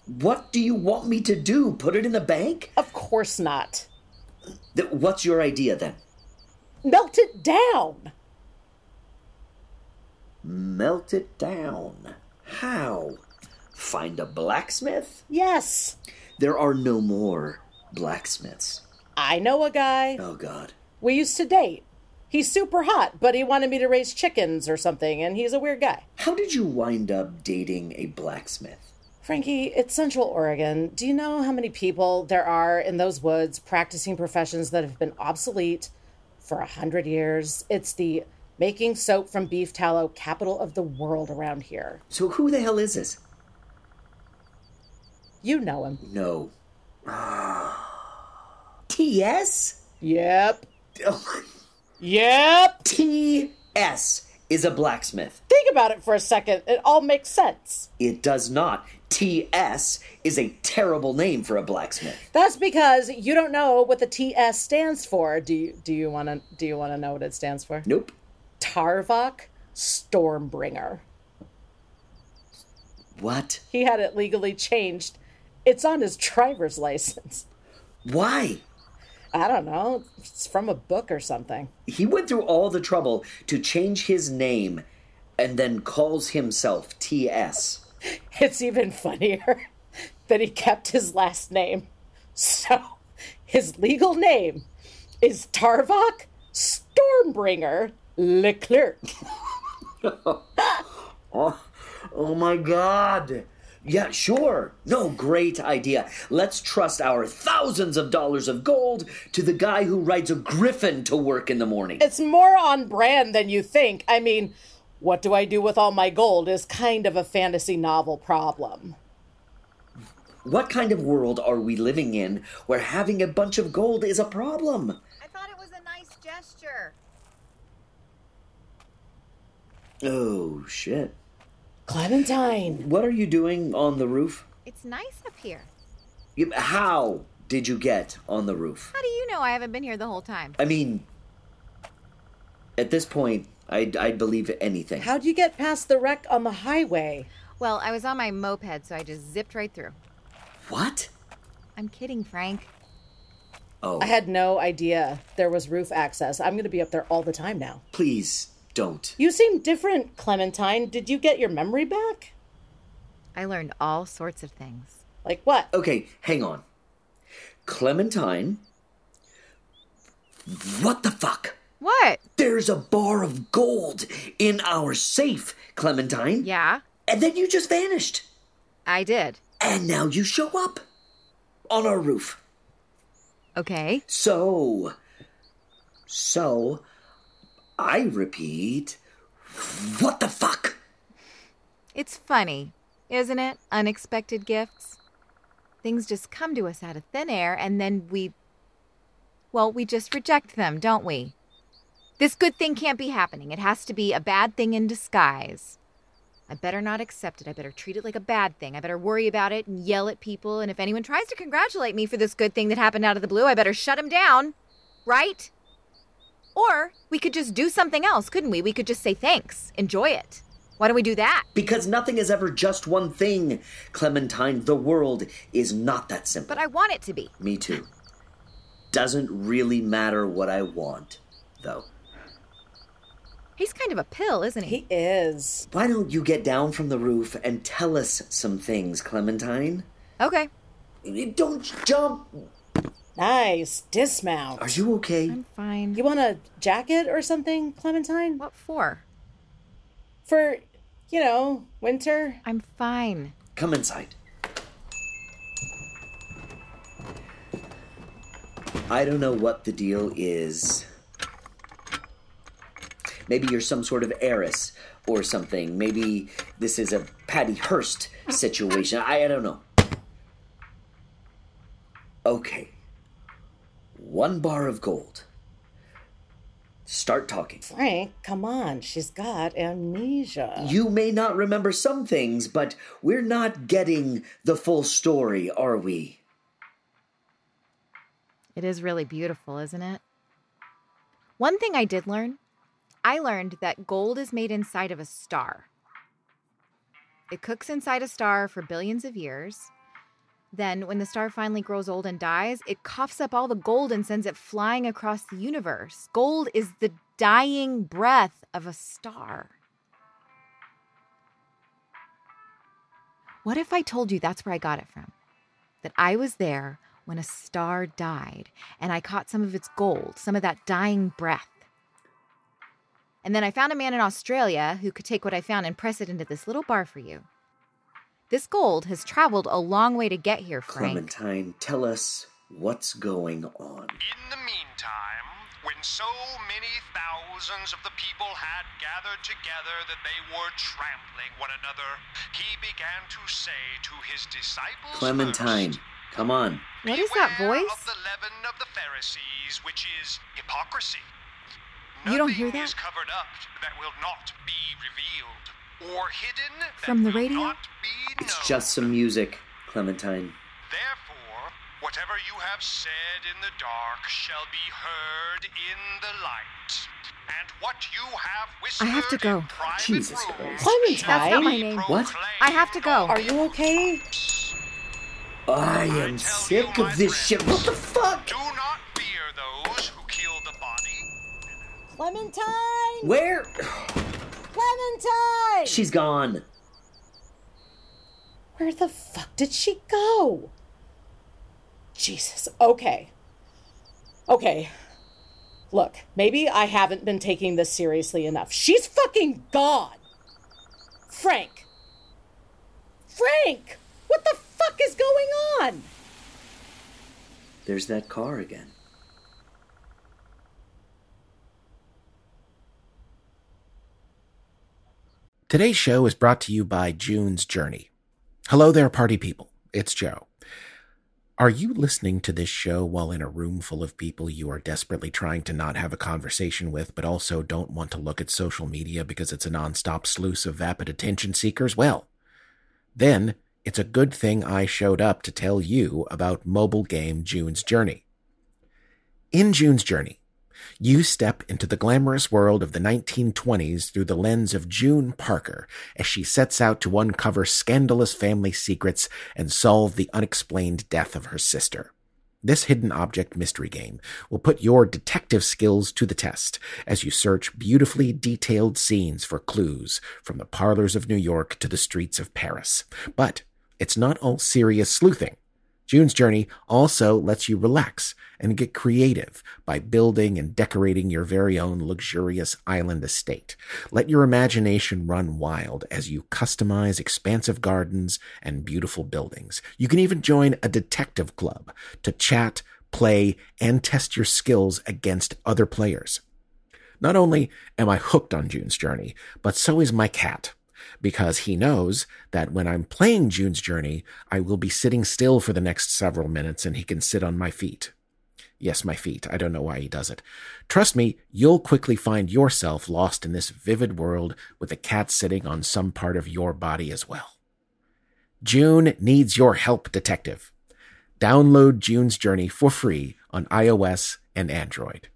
Speaker 3: What do you want me to do? Put it in the bank?
Speaker 4: Of course not.
Speaker 3: Th- What's your idea then?
Speaker 4: Melt it down.
Speaker 3: Melt it down. How? Find a blacksmith?
Speaker 4: Yes.
Speaker 3: There are no more blacksmiths.
Speaker 4: I know a guy.
Speaker 3: Oh, God.
Speaker 4: We used to date. He's super hot, but he wanted me to raise chickens or something, and he's a weird guy.
Speaker 3: How did you wind up dating a blacksmith?
Speaker 4: Frankie, it's Central Oregon. Do you know how many people there are in those woods practicing professions that have been obsolete for a hundred years? It's the making soap from beef tallow capital of the world around here.
Speaker 3: So, who the hell is this?
Speaker 4: You know him.
Speaker 3: No. T.S.?
Speaker 4: Yep.
Speaker 3: Oh,
Speaker 4: Yep.
Speaker 3: T.S. is a blacksmith.
Speaker 4: Think about it for a second. It all makes sense.
Speaker 3: It does not. T.S. is a terrible name for a blacksmith.
Speaker 4: That's because you don't know what the TS stands for. Do you do you want to do you want to know what it stands for?
Speaker 3: Nope.
Speaker 4: Tarvok Stormbringer.
Speaker 3: What?
Speaker 4: He had it legally changed. It's on his driver's license.
Speaker 3: Why?
Speaker 4: I don't know. It's from a book or something.
Speaker 3: He went through all the trouble to change his name and then calls himself T.S.
Speaker 4: It's even funnier that he kept his last name. So his legal name is Tarvok Stormbringer Leclerc.
Speaker 3: Oh, oh my god. Yeah, sure. No, great idea. Let's trust our thousands of dollars of gold to the guy who rides a griffin to work in the morning.
Speaker 4: It's more on brand than you think. I mean, what do I do with all my gold is kind of a fantasy novel problem.
Speaker 3: What kind of world are we living in where having a bunch of gold is a problem?
Speaker 5: I thought it was a nice gesture.
Speaker 3: Oh, shit.
Speaker 4: Clementine.
Speaker 3: What are you doing on the roof?
Speaker 5: It's nice up here.
Speaker 3: You- How did you get on the roof?
Speaker 5: How do you know I haven't been here the whole time?
Speaker 3: I mean, at this point, I'd, I'd believe anything.
Speaker 4: How'd you get past the wreck on the highway?
Speaker 5: Well, I was on my moped, so I just zipped right through.
Speaker 3: What?
Speaker 5: I'm kidding, Frank.
Speaker 3: Oh,
Speaker 4: I had no idea there was roof access. I'm going to be up there all the time now.
Speaker 3: please don't.
Speaker 4: You seem different, Clementine. Did you get your memory back?
Speaker 5: I learned all sorts of things.
Speaker 4: Like what?
Speaker 3: Okay, hang on. Clementine. What the fuck?
Speaker 5: What?
Speaker 3: There's a bar of gold in our safe, Clementine.
Speaker 5: Yeah,
Speaker 3: And then you just vanished.
Speaker 5: I did.
Speaker 3: And now you show up on our roof.
Speaker 5: Okay.
Speaker 3: So, so, I repeat, what the fuck?
Speaker 5: It's funny, isn't it? Unexpected gifts. Things just come to us out of thin air and then we. Well, we just reject them, don't we? This good thing can't be happening. It has to be a bad thing in disguise. I better not accept it. I better treat it like a bad thing. I better worry about it and yell at people. And if anyone tries to congratulate me for this good thing that happened out of the blue, I better shut them down, right? Or we could just do something else, couldn't we? We could just say thanks, enjoy it. Why don't we do that?
Speaker 3: Because nothing is ever just one thing, Clementine. The world is not that simple.
Speaker 5: But I want it to be.
Speaker 3: Me too. Doesn't really matter what I want, though.
Speaker 5: He's kind of a pill, isn't he?
Speaker 4: He is.
Speaker 3: Why don't you get down from the roof and tell us some things, Clementine?
Speaker 5: Okay.
Speaker 3: Don't jump.
Speaker 4: Nice. Dismount.
Speaker 3: Are you okay?
Speaker 5: I'm fine.
Speaker 4: You want a jacket or something, Clementine?
Speaker 5: what for?
Speaker 4: For, you know, winter?
Speaker 5: I'm fine.
Speaker 3: Come inside. I don't know what the deal is. Maybe you're some sort of heiress or something. Maybe this is a Patty Hearst situation. I, I don't know. Okay. One bar of gold. Start talking.
Speaker 4: Frank, come on. She's got amnesia.
Speaker 3: You may not remember some things, but we're not getting the full story, are we?
Speaker 5: It is really beautiful, isn't it? One thing I did learn I learned that gold is made inside of a star. It cooks inside a star for billions of years. Then, when the star finally grows old and dies, it coughs up all the gold and sends it flying across the universe. Gold is the dying breath of a star. What if I told you that's where I got it from? That I was there when a star died and I caught some of its gold, some of that dying breath. And then I found a man in Australia who could take what I found and press it into this little bar for you. This gold has traveled a long way to get here, Frank.
Speaker 3: Clementine, tell us what's going on.
Speaker 7: In the meantime, when so many thousands of the people had gathered together that they were trampling one another, he began to say to his disciples
Speaker 3: Clementine,
Speaker 7: first,
Speaker 3: come on.
Speaker 5: What is that
Speaker 7: "Beware
Speaker 5: voice?
Speaker 7: Of the leaven of the Pharisees, which is hypocrisy.
Speaker 5: You don't hear
Speaker 7: Nothing
Speaker 5: that?
Speaker 7: is covered up that will not be revealed, or hidden that
Speaker 5: From the
Speaker 7: will
Speaker 5: radio?
Speaker 7: not be
Speaker 3: It's
Speaker 7: known.
Speaker 3: just some music, Clementine.
Speaker 7: Therefore, whatever you have said in the dark shall be heard in the light. And what you have whispered
Speaker 5: have to go.
Speaker 7: in private
Speaker 3: Jesus
Speaker 7: rooms
Speaker 3: Christ.
Speaker 4: Clementine?
Speaker 7: shall
Speaker 5: That's not
Speaker 7: be
Speaker 5: my name.
Speaker 3: What?
Speaker 7: proclaimed
Speaker 5: I have to go.
Speaker 4: Are you okay?
Speaker 3: I am sick of this shit. What the fuck?
Speaker 7: Do not fear those who kill the body.
Speaker 4: Clementine!
Speaker 3: Where?
Speaker 4: Clementine!
Speaker 3: She's gone.
Speaker 4: Where the fuck did she go? Jesus. Okay. Okay. Look, maybe I haven't been taking this seriously enough. She's fucking gone. Frank. Frank! What the fuck is going on?
Speaker 3: There's that car again.
Speaker 1: Today's show is brought to you by June's Journey. Hello there, party people. It's Joe. Are you listening to this show while in a room full of people you are desperately trying to not have a conversation with, but also don't want to look at social media because it's a nonstop sluice of vapid attention seekers? Well, then it's a good thing I showed up to tell you about mobile game June's Journey. In June's Journey, you step into the glamorous world of the 1920s through the lens of June Parker as she sets out to uncover scandalous family secrets and solve the unexplained death of her sister. This hidden object mystery game will put your detective skills to the test as you search beautifully detailed scenes for clues from the parlors of New York to the streets of Paris. But it's not all serious sleuthing. June's Journey also lets you relax and get creative by building and decorating your very own luxurious island estate. Let your imagination run wild as you customize expansive gardens and beautiful buildings. You can even join a detective club to chat, play, and test your skills against other players. Not only am I hooked on June's Journey, but so is my cat because he knows that when I'm playing June's Journey, I will be sitting still for the next several minutes and he can sit on my feet. Yes, my feet. I don't know why he does it. Trust me, you'll quickly find yourself lost in this vivid world with a cat sitting on some part of your body as well. June needs your help, detective. Download June's Journey for free on iOS and Android.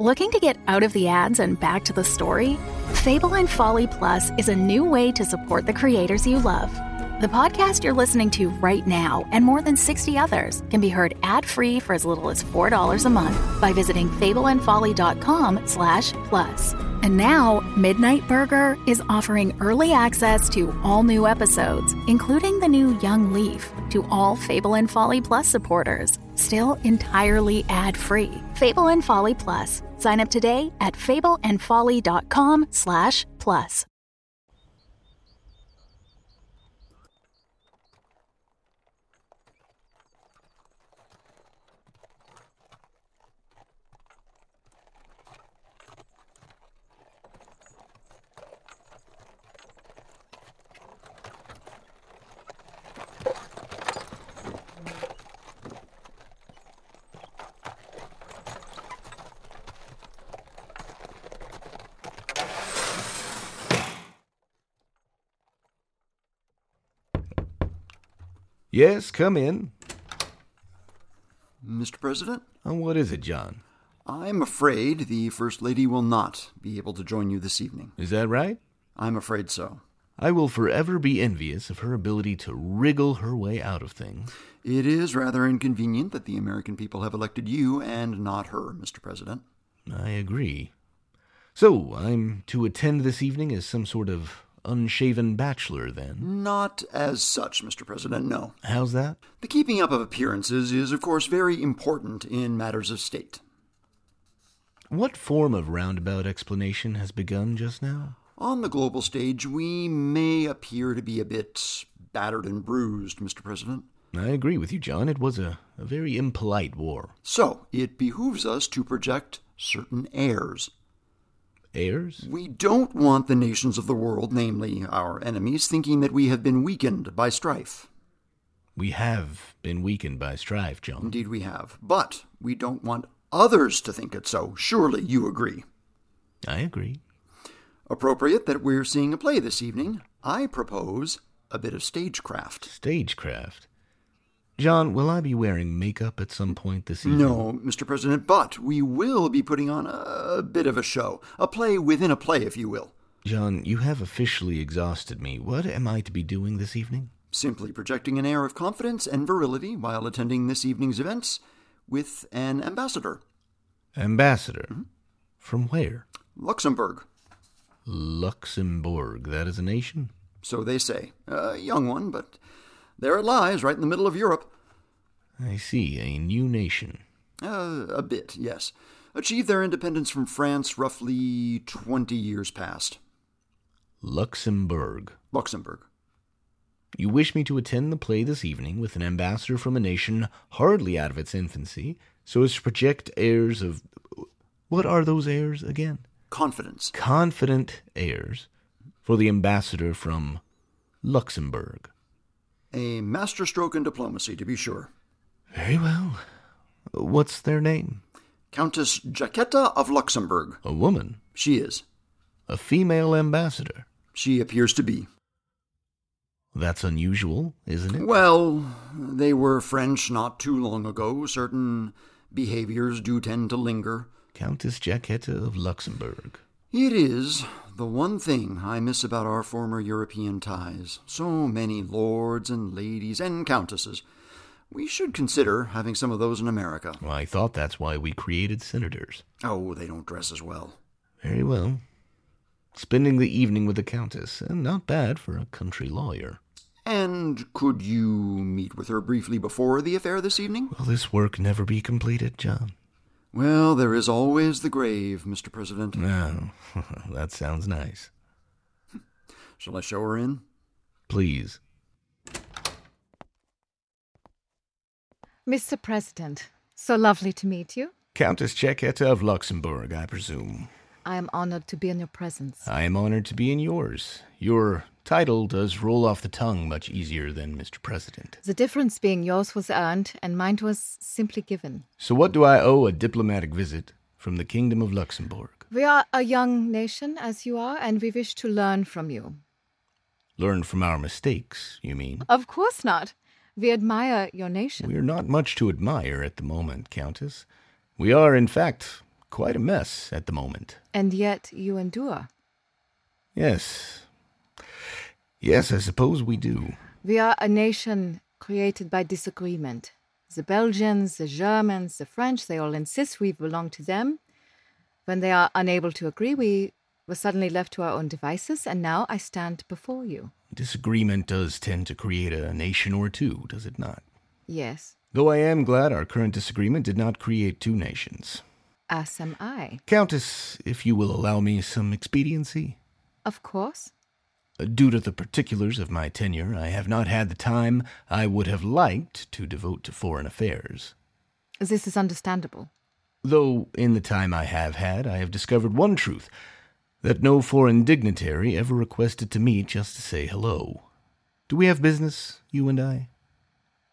Speaker 8: Looking to get out of the ads and back to the story? Fable and Folly Plus is a new way to support the creators you love. The podcast you're listening to right now and more than 60 others can be heard ad-free for as little as $4 a month by visiting fableandfolly.com slash plus. And now, Midnight Burger is offering early access to all new episodes, including the new Young Leaf, to all Fable and Folly Plus supporters, still entirely ad-free. Fable and Folly Plus. Sign up today at fableandfolly.com slash plus.
Speaker 9: Yes, come in.
Speaker 10: Mr. President,
Speaker 9: And Uh, what is it, John?
Speaker 10: I'm afraid the First Lady will not be able to join you this evening.
Speaker 9: Is that right?
Speaker 10: I'm afraid so.
Speaker 9: I will forever be envious of her ability to wriggle her way out of things.
Speaker 10: It is rather inconvenient that the American people have elected you and not her, Mr. President.
Speaker 9: I agree. So, I'm to attend this evening as some sort of unshaven bachelor, then?
Speaker 10: Not as such, Mr. President, no.
Speaker 9: How's that?
Speaker 10: The keeping up of appearances is, of course, very important in matters of state.
Speaker 9: What form of roundabout explanation has begun just now?
Speaker 10: On the global stage, we may appear to be a bit battered and bruised, Mr. President.
Speaker 9: I agree with you, John. It was a, a very impolite war.
Speaker 10: So, it behooves us to project certain airs.
Speaker 9: Airs?
Speaker 10: We don't want the nations of the world, namely our enemies, thinking that we have been weakened by strife.
Speaker 9: We have been weakened by strife, John.
Speaker 10: Indeed, we have. But we don't want others to think it so. Surely you agree.
Speaker 9: I agree.
Speaker 10: Appropriate that we're seeing a play this evening. I propose a bit of stagecraft.
Speaker 9: Stagecraft. John, will I be wearing makeup at some point this evening?
Speaker 10: No, Mr. President, but we will be putting on a bit of a show. A play within a play, if you will.
Speaker 9: John, you have officially exhausted me. What am I to be doing this evening?
Speaker 10: Simply projecting an air of confidence and virility while attending this evening's events with an ambassador.
Speaker 9: Ambassador.
Speaker 10: Hmm?
Speaker 9: From where?
Speaker 10: Luxembourg.
Speaker 9: Luxembourg. That is a nation?
Speaker 10: So they say. A young one, but there it lies, right in the middle of Europe.
Speaker 9: I see, a new nation.
Speaker 10: Uh, a bit, yes. Achieved their independence from France roughly 20 years past.
Speaker 9: Luxembourg.
Speaker 10: Luxembourg.
Speaker 9: You wish me to attend the play this evening with an ambassador from a nation hardly out of its infancy, so as to project airs of. What are those airs again?
Speaker 10: Confidence.
Speaker 9: Confident airs for the ambassador from Luxembourg.
Speaker 10: A masterstroke in diplomacy, to be sure.
Speaker 9: Very well. What's their name?
Speaker 10: Countess Jaquetta of Luxembourg.
Speaker 9: A woman.
Speaker 10: She is.
Speaker 9: A female ambassador.
Speaker 10: She appears to be.
Speaker 9: That's unusual, isn't it?
Speaker 10: Well, they were French not too long ago. Certain behaviors do tend to linger.
Speaker 9: Countess Jaquetta of Luxembourg.
Speaker 10: It is the one thing I miss about our former European ties. So many lords and ladies and countesses. We should consider having some of those in America.
Speaker 9: I thought that's why we created senators.
Speaker 10: Oh, they don't dress as well.
Speaker 9: Very well. Spending the evening with the Countess, and not bad for a country lawyer.
Speaker 10: And could you meet with her briefly before the affair this evening?
Speaker 9: Will this work never be completed, John?
Speaker 10: Well, there is always the grave, Mr. President.
Speaker 9: No, that sounds nice.
Speaker 10: Shall I show her in?
Speaker 9: Please.
Speaker 11: Mr. President, so lovely to meet you.
Speaker 9: Countess Chiquetta of Luxembourg, I presume.
Speaker 11: I am honored to be in your presence.
Speaker 9: I am honored to be in yours. Your title does roll off the tongue much easier than Mr. President.
Speaker 11: The difference being yours was earned and mine was simply given.
Speaker 9: So, what do I owe a diplomatic visit from the Kingdom of Luxembourg?
Speaker 11: We are a young nation, as you are, and we wish to learn from you.
Speaker 9: Learn from our mistakes, you mean?
Speaker 11: Of course not. We admire your nation.
Speaker 9: We are not much to admire at the moment, Countess. We are, in fact, quite a mess at the moment.
Speaker 11: And yet you endure.
Speaker 9: Yes. Yes, I suppose we do.
Speaker 11: We are a nation created by disagreement. The Belgians, the Germans, the French, they all insist we belong to them. When they are unable to agree, we were suddenly left to our own devices, and now I stand before you.
Speaker 9: Disagreement does tend to create a nation or two, does it not?
Speaker 11: Yes,
Speaker 9: Though I am glad our current disagreement did not create two nations.
Speaker 11: as am I.
Speaker 9: Countess, if you will allow me some expediency.
Speaker 11: Of course.
Speaker 9: Uh, Due to the particulars of my tenure, I have not had the time I would have liked to devote to foreign affairs.
Speaker 11: This is understandable.
Speaker 9: Though, in the time I have had, I have discovered one truth that no foreign dignitary ever requested to meet just to say hello. Do we have business, you and I?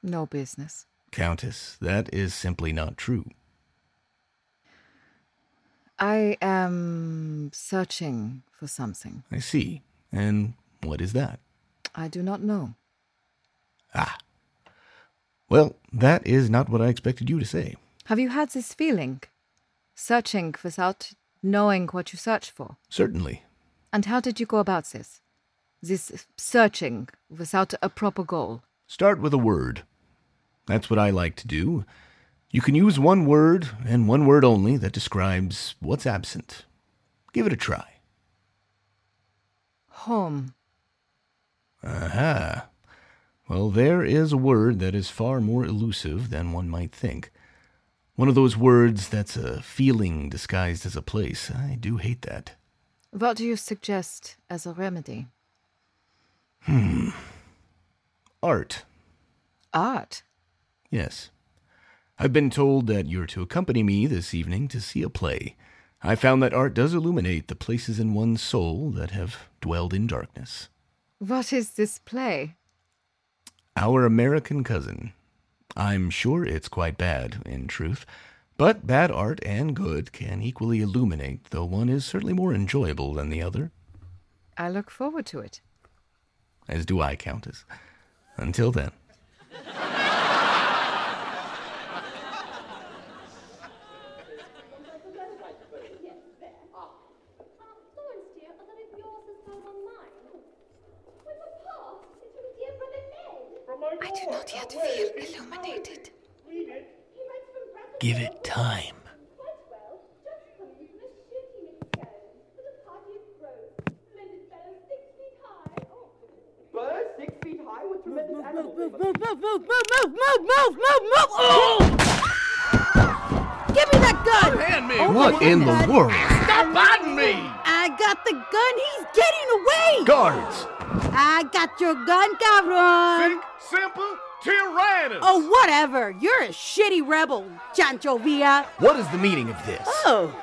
Speaker 11: No business.
Speaker 9: Countess, that is simply not true.
Speaker 11: I am searching for something.
Speaker 9: I see. And what is that?
Speaker 11: I do not know.
Speaker 9: Ah. Well, that is not what I expected you to say.
Speaker 11: Have you had this feeling? Searching without knowing what you search for?
Speaker 9: Certainly.
Speaker 11: And how did you go about this? This searching without a proper goal.
Speaker 9: Start with a word. That's what I like to do. You can use one word, and one word only, that describes what's absent. Give it a try.
Speaker 11: Home.
Speaker 9: Aha. Well, there is a word that is far more elusive than one might think. One of those words that's a feeling disguised as a place. I do hate that.
Speaker 11: What do you suggest as a remedy?
Speaker 9: Hmm. Art.
Speaker 11: Art.
Speaker 9: Yes. I've been told that you're to accompany me this evening to see a play. I found that art does illuminate the places in one's soul that have dwelled in darkness.
Speaker 11: What is this play?
Speaker 9: Our American cousin. I'm sure it's quite bad, in truth, but bad art and good can equally illuminate, though one is certainly more enjoyable than the other,
Speaker 11: I look forward to it.
Speaker 9: as do I, Countess. Until then.
Speaker 12: I do not yet feel illuminated.
Speaker 9: Give it time.
Speaker 12: Birds six feet high with tremendous animal. Ah!
Speaker 13: Give me that gun! Oh
Speaker 9: What in the world?
Speaker 13: Stop biting me! I got the gun. He's getting away.
Speaker 9: Guards!
Speaker 13: I got your gun, Gavron.
Speaker 14: simple, tyrannous!
Speaker 13: Oh, whatever. You're a shitty rebel, Chancho Villa.
Speaker 9: What is the meaning of this?
Speaker 15: Oh,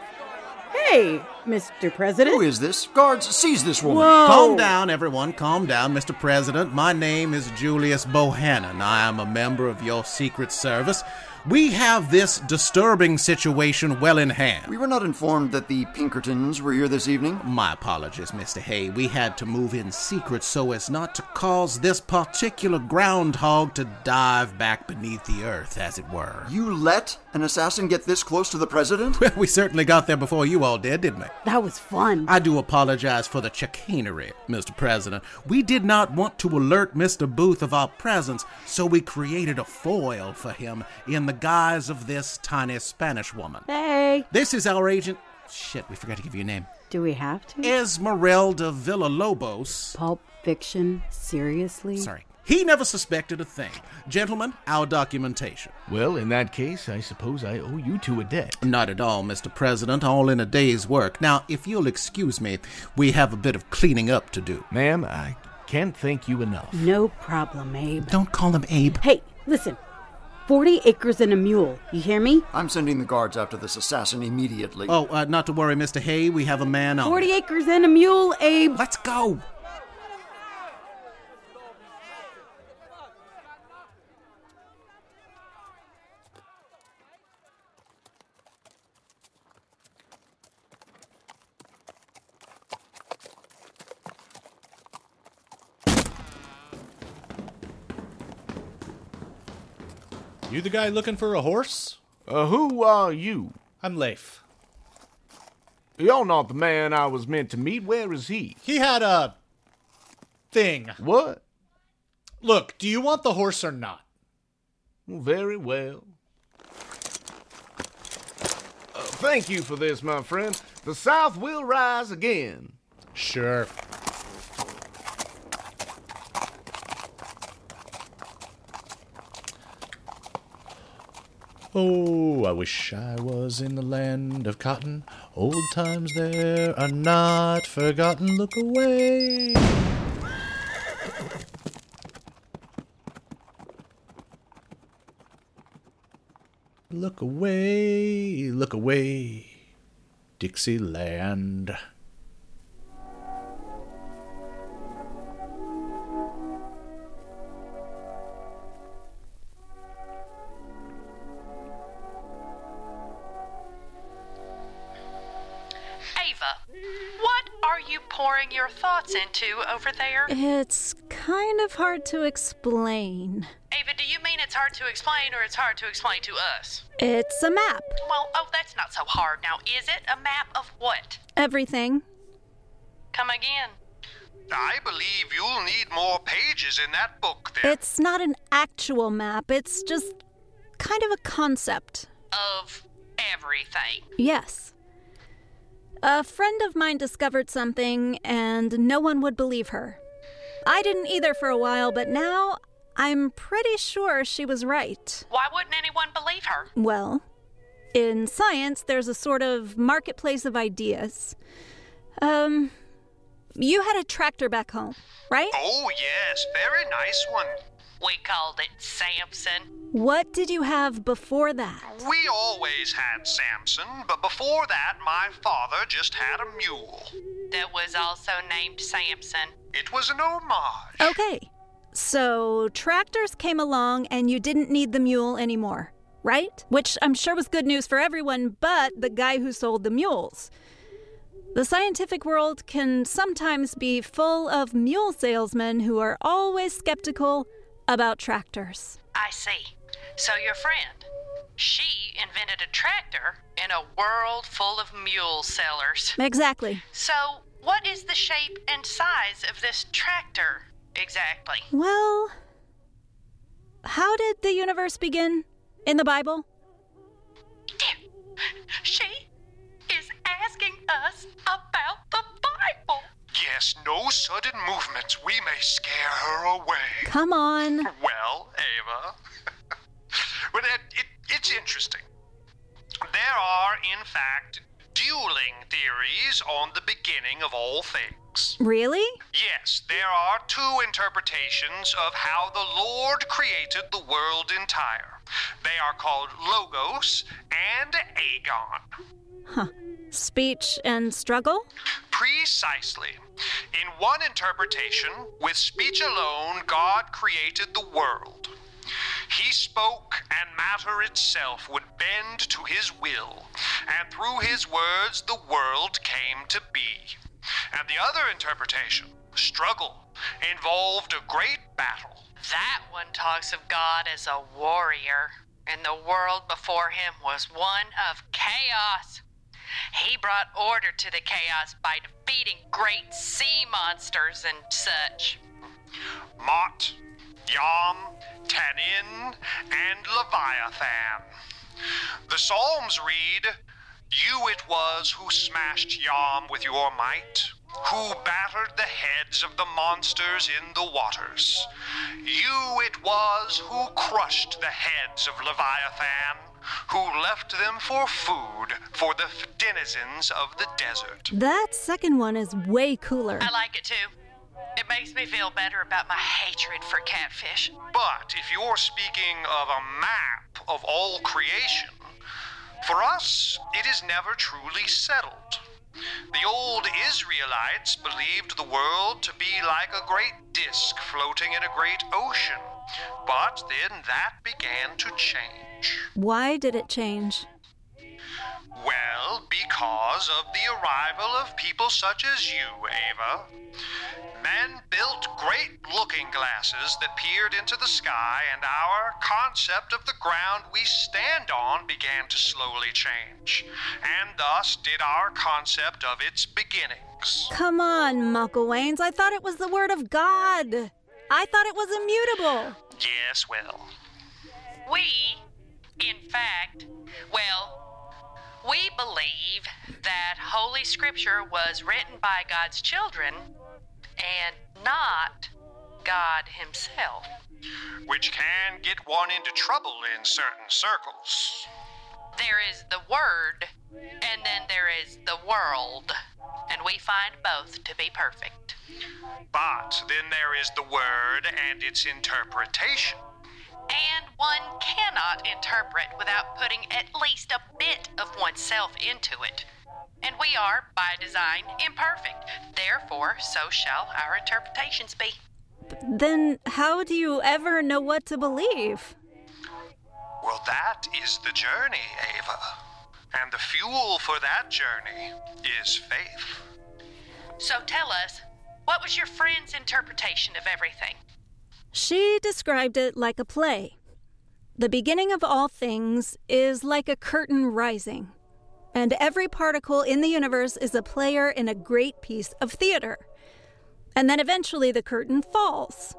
Speaker 15: hey, Mr.
Speaker 10: Who
Speaker 15: President.
Speaker 10: is this? Guards, seize this woman.
Speaker 15: Whoa.
Speaker 1: Calm down, everyone. Calm down, Mr. President. My name is Julius Bohannon. I am a member of your Secret Service. we have this disturbing situation well in hand.
Speaker 10: We were not informed that the Pinkertons were here this evening.
Speaker 1: My apologies, Mr. Hay. We had to move in secret so as not to cause this particular groundhog to dive back beneath the earth, as it were.
Speaker 10: You let an assassin get this close to the president?
Speaker 1: Well, we certainly got there before you all did, didn't we?
Speaker 13: That was fun.
Speaker 1: I do apologize for the chicanery, Mr. President. We did not want to alert Mr. Booth of our presence, so we created a foil for him in the guise of this tiny Spanish woman.
Speaker 13: Hey.
Speaker 1: This is our agent. Shit, we forgot to give you a name.
Speaker 13: Do we have to?
Speaker 1: Esmeralda Villalobos.
Speaker 13: Pulp fiction? Seriously?
Speaker 1: Sorry. He never suspected a thing. Gentlemen, our documentation.
Speaker 16: Well, in that case, I suppose I owe you two a debt.
Speaker 1: Not at all, Mr. President, all in a day's work. Now, if you'll excuse me, we have a bit of cleaning up to do.
Speaker 16: Ma'am, I can't thank you enough.
Speaker 13: No problem, Abe.
Speaker 1: Don't call him Abe.
Speaker 13: Hey, listen. 40 acres and a mule. You hear me?
Speaker 10: I'm sending the guards after this assassin immediately.
Speaker 1: Oh, uh, not to worry, Mr. Hay. We have a man on.
Speaker 13: 40 acres and a mule, Abe.
Speaker 1: Let's go.
Speaker 17: You the guy looking for a horse?
Speaker 9: Uh, who are you?
Speaker 17: I'm Leif.
Speaker 9: You're not the man I was meant to meet. Where is he?
Speaker 17: He had a thing.
Speaker 9: What?
Speaker 17: Look, do you want the horse or not?
Speaker 9: Very well. Uh, thank you for this, my friend. The South will rise again.
Speaker 17: Sure. Oh, I wish I was in the land of cotton. Old times there are not forgotten. Look away. Look away, look away, Dixieland.
Speaker 18: pouring your thoughts into over there?
Speaker 19: It's kind of hard to explain.
Speaker 18: Ava, do you mean it's hard to explain or it's hard to explain to us?
Speaker 19: It's a map.
Speaker 18: Well, oh, that's not so hard now. Is it a map of what?
Speaker 19: Everything.
Speaker 18: Come again.
Speaker 7: I believe you'll need more pages in that book there.
Speaker 19: It's not an actual map, it's just kind of a concept.
Speaker 18: Of everything.
Speaker 19: Yes. A friend of mine discovered something, and no one would believe her. I didn't either for a while, but now I'm pretty sure she was right.
Speaker 18: Why wouldn't anyone believe her?
Speaker 19: Well, in science, there's a sort of marketplace of ideas. Um, you had a tractor back home, right?
Speaker 7: Oh, yes, very nice one.
Speaker 18: We called it Samson.
Speaker 19: What did you have before that?
Speaker 7: We always had Samson, but before that, my father just had a mule.
Speaker 18: That was also named Samson.
Speaker 7: It was an homage.
Speaker 19: Okay. So, tractors came along and you didn't need the mule anymore, right? Which I'm sure was good news for everyone but the guy who sold the mules. The scientific world can sometimes be full of mule salesmen who are always skeptical about tractors.
Speaker 18: I see. So your friend, she invented a tractor in a world full of mule sellers.
Speaker 19: Exactly.
Speaker 18: So, what is the shape and size of this tractor exactly?
Speaker 19: Well, how did the universe begin in the Bible?
Speaker 18: She is asking us about the Bible.
Speaker 7: Yes, no sudden movements. We may scare her away.
Speaker 19: Come on.
Speaker 7: Well, Ava. but it, it, it's interesting. There are, in fact, dueling theories on the beginning of all things.
Speaker 19: Really?
Speaker 7: Yes, there are two interpretations of how the Lord created the world entire. They are called Logos and Aegon.
Speaker 19: Huh. Speech and struggle?
Speaker 7: Precisely. In one interpretation, with speech alone, God created the world. He spoke, and matter itself would bend to his will, and through his words the world came to be. And the other interpretation, struggle, involved a great battle.
Speaker 18: That one talks of God as a warrior, and the world before him was one of chaos. He brought order to the chaos by defeating great sea monsters and such.
Speaker 7: Mott, Yam, Tanin, and Leviathan. The Psalms read You it was who smashed Yam with your might, who battered the heads of the monsters in the waters. You it was who crushed the heads of Leviathan, who left them for food for the f- denizens of the desert.
Speaker 19: That second one is way cooler.
Speaker 18: I like it too. It makes me feel better about my hatred for catfish.
Speaker 7: But if you're speaking of a map of all creation, for us, it is never truly settled. The old Israelites believed the world to be like a great disk floating in a great ocean, but then that began to change.
Speaker 19: Why did it change?
Speaker 7: Well, because of the arrival of people such as you, Ava. Men built great looking glasses that peered into the sky, and our concept of the ground we stand on began to slowly change. And thus did our concept of its beginnings.
Speaker 19: Come on, Muckle Waynes. I thought it was the word of God. I thought it was immutable.
Speaker 7: Yes, well,
Speaker 18: We, in fact, well, we believe that Holy Scripture was written by God's children and not God Himself.
Speaker 7: which can get one into trouble in certain circles.
Speaker 18: There is the Word, and then there is the world, and we find both to be perfect.
Speaker 7: But then there is the word and its interpretation.
Speaker 18: And one cannot interpret without putting at least a bit of oneself into it. And we are, by design, imperfect. Therefore, so shall our interpretations be.
Speaker 19: Then how do you ever know what to believe?
Speaker 7: Well, that is the journey, Ava. And the fuel for that journey is faith.
Speaker 18: So tell us, what was your friend's interpretation of everything?
Speaker 19: She described it like a play. The beginning of all things is like a curtain rising, and every particle in the universe is a player in a great piece of theater. And then eventually the curtain falls.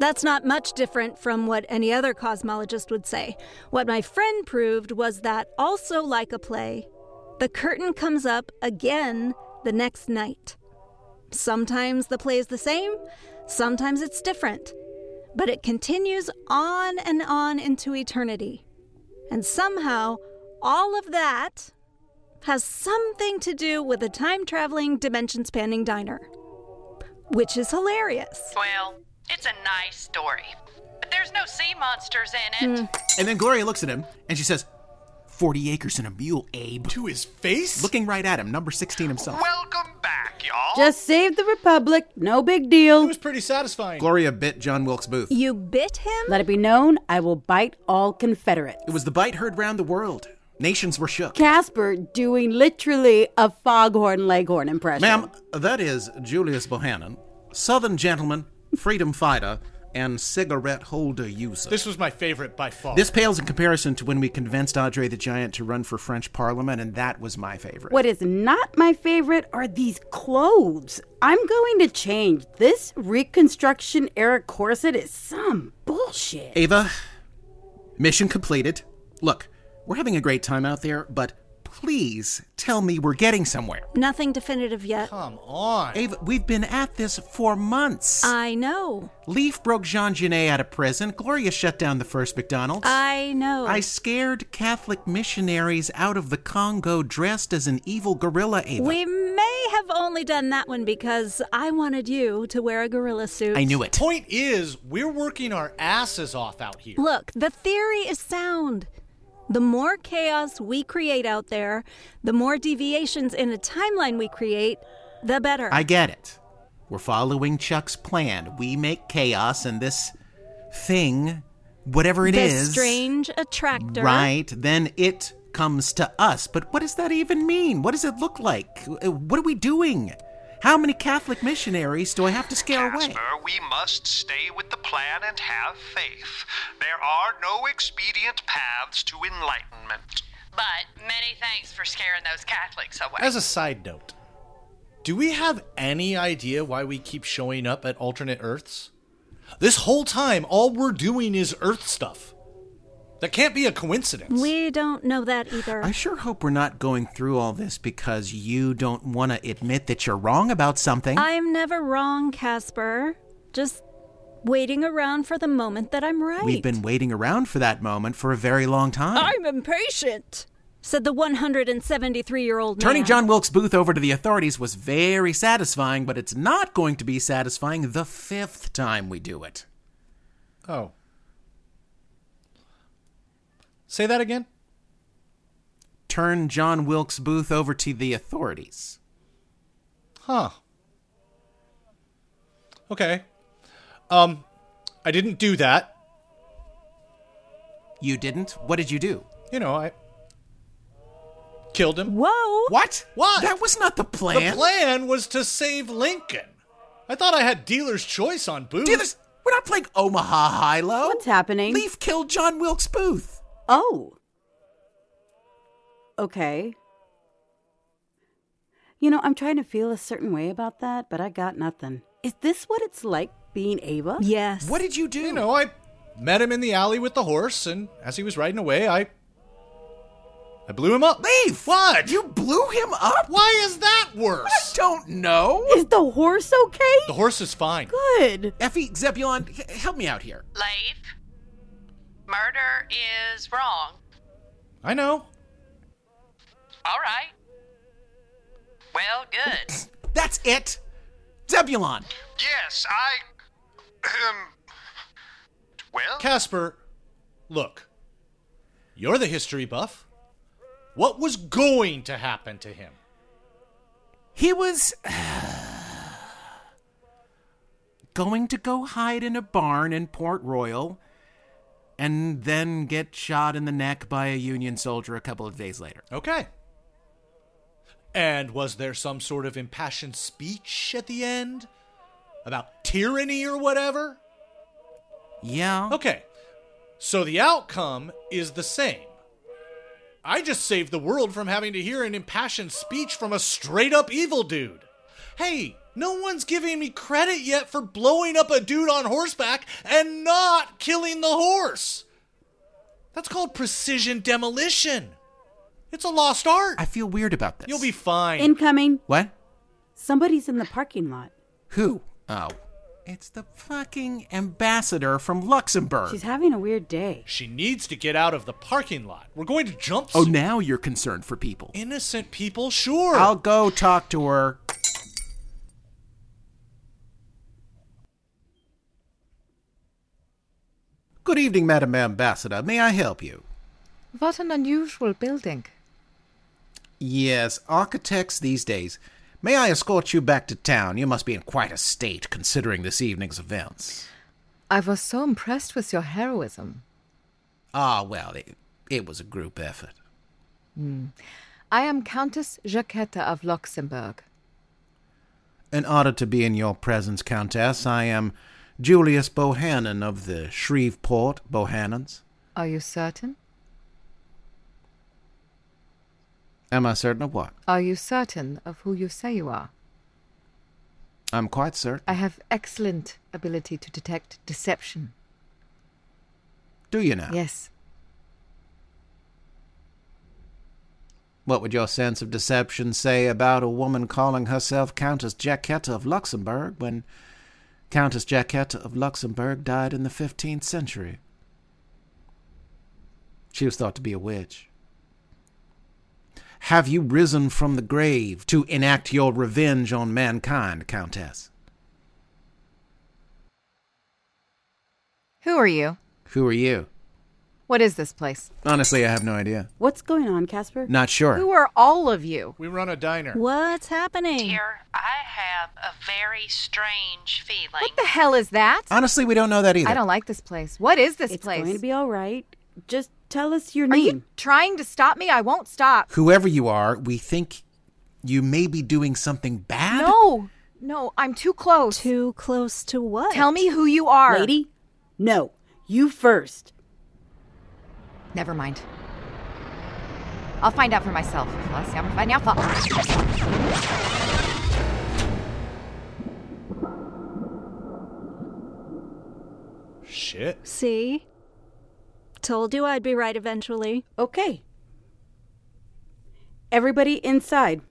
Speaker 19: That's not much different from what any other cosmologist would say. What my friend proved was that, also like a play, the curtain comes up again the next night. Sometimes the play is the same, sometimes it's different. But it continues on and on into eternity. And somehow, all of that has something to do with a time traveling, dimension spanning diner, which is hilarious.
Speaker 18: Well, it's a nice story, but there's no sea monsters in it.
Speaker 17: Hmm.
Speaker 1: And then Gloria looks at him and she says, 40 acres and a mule, Abe. To his face? Looking right at him, number 16 himself.
Speaker 7: Welcome back, y'all.
Speaker 13: Just save the Republic. No big deal. It was
Speaker 1: pretty satisfying. Gloria bit John Wilkes Booth.
Speaker 19: You bit him?
Speaker 13: Let it be known, I will bite all Confederates.
Speaker 1: It was the bite heard round the world. Nations were shook.
Speaker 13: Casper doing literally a foghorn leghorn impression.
Speaker 20: Ma'am, that is Julius Bohannon, Southern gentleman, freedom fighter, and cigarette holder user.
Speaker 17: This was my favorite by far.
Speaker 1: This pales in comparison to when we convinced Andre the Giant to run for French Parliament, and that was my favorite.
Speaker 13: What is not my favorite are these clothes. I'm going to change. This Reconstruction era corset is some bullshit.
Speaker 1: Ava, mission completed. Look, we're having a great time out there, but please tell me we're getting somewhere.
Speaker 19: Nothing definitive yet.
Speaker 17: Come on.
Speaker 1: Ava, we've been at this for months.
Speaker 19: I know.
Speaker 1: Leaf broke Jean Genet out of prison. Gloria shut down the first McDonald's.
Speaker 19: I know.
Speaker 1: I scared Catholic missionaries out of the Congo dressed as an evil gorilla, Ava.
Speaker 19: We may have only done that one because I wanted you to wear a gorilla suit.
Speaker 1: I knew it.
Speaker 17: Point is, we're working our asses off out here.
Speaker 19: Look, the theory is sound. The more chaos we create out there, the more deviations in a timeline we create, the better.
Speaker 1: I get it. We're following Chuck's plan. We make chaos, and this thing whatever it
Speaker 19: the
Speaker 1: is,
Speaker 19: strange attractor.
Speaker 1: right, then it comes to us. But what does that even mean? What does it look like? Uh, What are we doing? How many Catholic missionaries do I have to scare away?
Speaker 7: Casper, we must stay with the plan and have faith. There are no expedient paths to enlightenment.
Speaker 18: But many thanks for scaring those Catholics away.
Speaker 17: As a side note, do we have any idea why we keep showing up at alternate Earths? This whole time, all we're doing is Earth stuff. That can't be a coincidence.
Speaker 19: We don't know that either.
Speaker 1: I sure hope we're not going through all this because you don't want to admit that you're wrong about something.
Speaker 19: I'm never wrong, Casper. Just waiting around for the moment that I'm right.
Speaker 1: We've been waiting around for that moment for a very long time.
Speaker 19: I'm impatient, said the 173 year old
Speaker 1: Turning
Speaker 19: man.
Speaker 1: John Wilkes Booth over to the authorities was very satisfying, but it's not going to be satisfying the fifth time we do it.
Speaker 17: Oh. Say that again?
Speaker 1: Turn John Wilkes Booth over to the authorities.
Speaker 17: Huh. Okay. Um, I didn't do that.
Speaker 1: You didn't? What did you do?
Speaker 17: You know, I killed him.
Speaker 19: Whoa!
Speaker 1: What?
Speaker 17: What?
Speaker 1: That was not the plan.
Speaker 17: The plan was to save Lincoln. I thought I had dealer's choice on Booth.
Speaker 1: Dealers, we're not playing Omaha High Low.
Speaker 13: What's happening?
Speaker 1: Leaf killed John Wilkes Booth.
Speaker 13: Oh. Okay. You know, I'm trying to feel a certain way about that, but I got nothing. Is this what it's like being Ava?
Speaker 19: Yes.
Speaker 1: What did you do?
Speaker 17: You know, I met him in the alley with the horse, and as he was riding away, I I blew him up.
Speaker 1: Leaf!
Speaker 17: What?
Speaker 1: You blew him up?
Speaker 17: Why is that worse?
Speaker 1: I don't know.
Speaker 13: Is the horse okay?
Speaker 17: The horse is fine.
Speaker 13: Good.
Speaker 1: Effie, Zebulon, h- help me out here.
Speaker 18: Leif, murder is wrong.
Speaker 17: I know.
Speaker 18: All right. Well, good.
Speaker 1: That's it. Zebulon.
Speaker 7: Yes, I. Um, well,
Speaker 17: Casper, look. You're the history buff. What was going to happen to him?
Speaker 1: He was going to go hide in a barn in Port Royal and then get shot in the neck by a Union soldier a couple of days later.
Speaker 17: Okay. And was there some sort of impassioned speech at the end about tyranny or whatever?
Speaker 1: Yeah.
Speaker 17: Okay. So the outcome is the same. I just saved the world from having to hear an impassioned speech from a straight up evil dude. Hey, no one's giving me credit yet for blowing up a dude on horseback and not killing the horse. That's called precision demolition. It's a lost art.
Speaker 1: I feel weird about this.
Speaker 17: You'll be fine.
Speaker 13: Incoming.
Speaker 1: What?
Speaker 13: Somebody's in the parking lot.
Speaker 1: Who? Oh. It's the fucking ambassador from Luxembourg.
Speaker 13: She's having a weird day.
Speaker 17: she needs to get out of the parking lot. We're going to jump.
Speaker 1: oh,
Speaker 17: soon.
Speaker 1: now you're concerned for people.
Speaker 17: Innocent people, sure.
Speaker 1: I'll go talk to her. Good evening, Madam Ambassador. May I help you?
Speaker 11: What an unusual building.
Speaker 1: Yes, architects these days. May I escort you back to town? You must be in quite a state considering this evening's events.
Speaker 11: I was so impressed with your heroism.
Speaker 1: Ah, well, it, it was a group effort.
Speaker 11: I am Countess Jacquetta of Luxembourg.
Speaker 5: In order to be in your presence, Countess, I am Julius Bohannon of the Shreveport Bohannons.
Speaker 11: Are you certain?
Speaker 5: Am I certain of what?
Speaker 11: Are you certain of who you say you are?
Speaker 5: I'm quite certain.
Speaker 11: I have excellent ability to detect deception.
Speaker 5: Do you now?
Speaker 11: Yes.
Speaker 5: What would your sense of deception say about a woman calling herself Countess Jacquetta of Luxembourg when Countess Jacquetta of Luxembourg died in the 15th century? She was thought to be a witch. Have you risen from the grave to enact your revenge on mankind, Countess?
Speaker 11: Who are you?
Speaker 5: Who are you? What is this place?
Speaker 1: Honestly, I have no idea.
Speaker 13: What's going on, Casper?
Speaker 1: Not sure.
Speaker 5: Who are all of you?
Speaker 17: We run a diner.
Speaker 19: What's happening?
Speaker 18: Dear, I have a very strange feeling.
Speaker 5: What the hell is that?
Speaker 1: Honestly, we don't know that either.
Speaker 5: I don't like this place. What is this
Speaker 13: it's
Speaker 5: place?
Speaker 13: going to be all right. Just tell us your
Speaker 5: Are
Speaker 13: name.
Speaker 5: you trying to stop me? I won't stop.
Speaker 1: Whoever you are, we think you may be doing something bad.
Speaker 5: No, no, I'm too close.
Speaker 19: Too close to what?
Speaker 5: Tell me who you are.
Speaker 13: Lady? No, you first.
Speaker 5: Never mind. I'll find out for myself. Let's see, I'm finding out for-
Speaker 17: Shit.
Speaker 19: See? Told you I'd be right eventually.
Speaker 13: Okay. Everybody inside.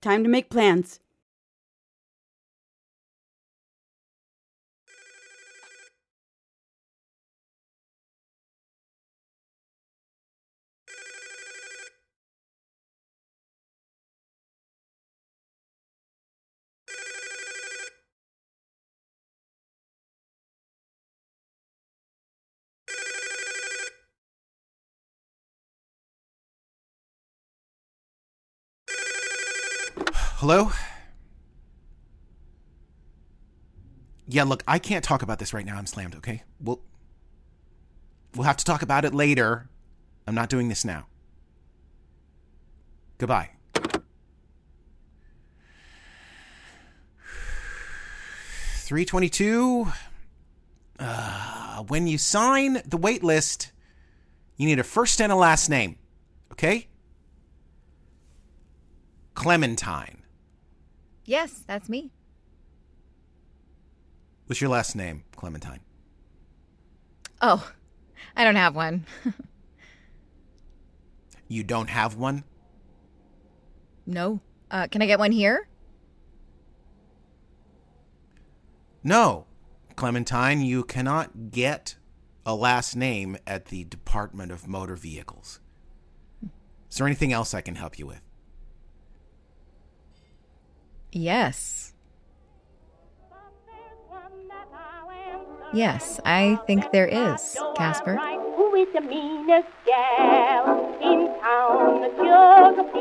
Speaker 13: Time to make plans.
Speaker 1: Hello? Yeah, look, I can't talk about this right now. I'm slammed, okay? We'll We'll have to talk about it later. I'm not doing this now. Goodbye. Three twenty-two. Uh, when you sign the wait list, you need a first and a last name, okay? Clementine.
Speaker 5: Yes, that's me.
Speaker 1: What's your last name, Clementine?
Speaker 5: Oh, I don't have one.
Speaker 1: You don't have one?
Speaker 5: no. Uh, can I get one here?
Speaker 1: No. Clementine, you cannot get a last name at the Department of Motor Vehicles. Is there anything else I can help you with?
Speaker 5: Yes. Yes, I think there is, Casper.
Speaker 21: Who is the meanest gal in town? Josephine.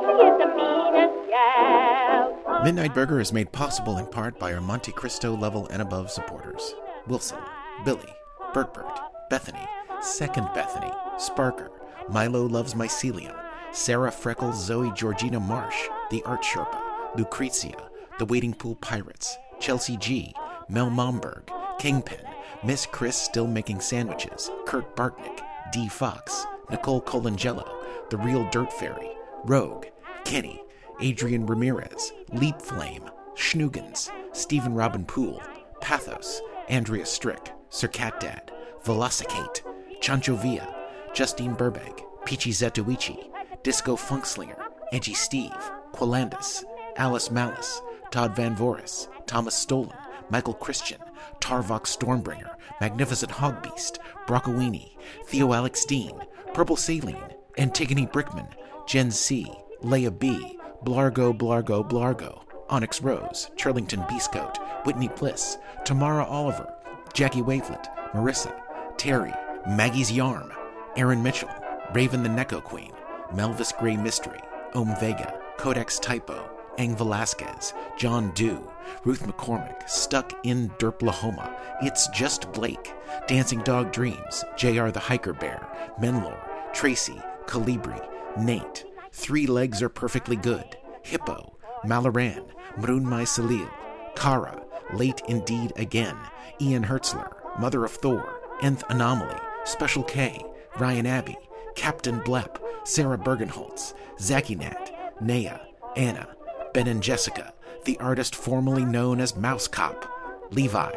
Speaker 21: She is the meanest gal.
Speaker 1: Midnight Burger is made possible in part by our Monte Cristo level and above supporters Wilson, Billy, Bertbert, Bethany, Second Bethany, Sparker, Milo Loves Mycelium, Sarah Freckles, Zoe Georgina Marsh, The Art Sherpa, Lucrezia, The Waiting Pool Pirates, Chelsea G, Mel Momberg, Kingpin, Miss Chris Still Making Sandwiches, Kurt Bartnick, D. Fox, Nicole Colangelo, The Real Dirt Fairy, Rogue, Kenny, Adrian Ramirez, Leap Flame, Schnugens, Stephen Robin Poole, Pathos, Andrea Strick, Sir Cat Dad, Velocicate, Chancho Villa, Justine Burbank, Peachy Zetuichi, Disco Funkslinger, Edgy Steve, Quilandus, Alice Malice, Todd Van Voris, Thomas Stolen, Michael Christian, Tarvok Stormbringer, Magnificent Hogbeast, Broccoini, Theo Alex Dean, Purple Saline, Antigone Brickman, Gen C, Leia B, Blargo Blargo Blargo, Onyx Rose, Churlington Beastcoat, Whitney Bliss, Tamara Oliver, Jackie Wavelet, Marissa, Terry, Maggie's Yarm, Aaron Mitchell, Raven the Neko Queen, Melvis Gray Mystery, Om Vega, Codex Typo, Ang Velasquez, John Dew, Ruth McCormick, Stuck in Derplahoma, It's Just Blake, Dancing Dog Dreams, JR the Hiker Bear, Menlor, Tracy, Calibri, Nate, Three Legs Are Perfectly Good, Hippo, Malaran, Mrunmai Salil, Kara, Late Indeed Again, Ian Hertzler, Mother of Thor, Nth Anomaly, Special K, Ryan Abbey, Captain Blep, Sarah Bergenholtz, Zaki Nat, Naya, Anna, Ben and Jessica, the artist formerly known as Mouse Cop, Levi,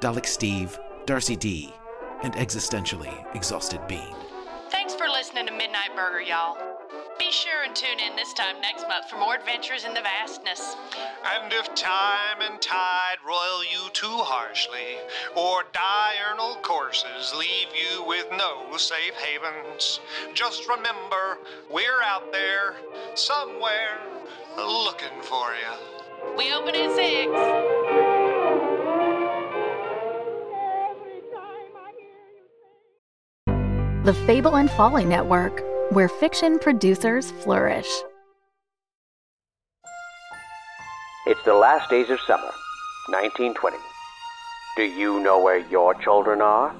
Speaker 1: Dalek Steve, Darcy D, and existentially exhausted Bean.
Speaker 18: Thanks for listening to Midnight Burger, y'all. Be sure and tune in this time next month for more adventures in the vastness.
Speaker 7: And if time and tide roil you too harshly, or diurnal courses leave you with no safe havens, just remember we're out there, somewhere, looking for you.
Speaker 18: We open at 6.
Speaker 21: Every time I hear you
Speaker 8: The Fable and Folly Network, where fiction producers flourish.
Speaker 12: It's the last days of summer, 1920. Do you know where your children are?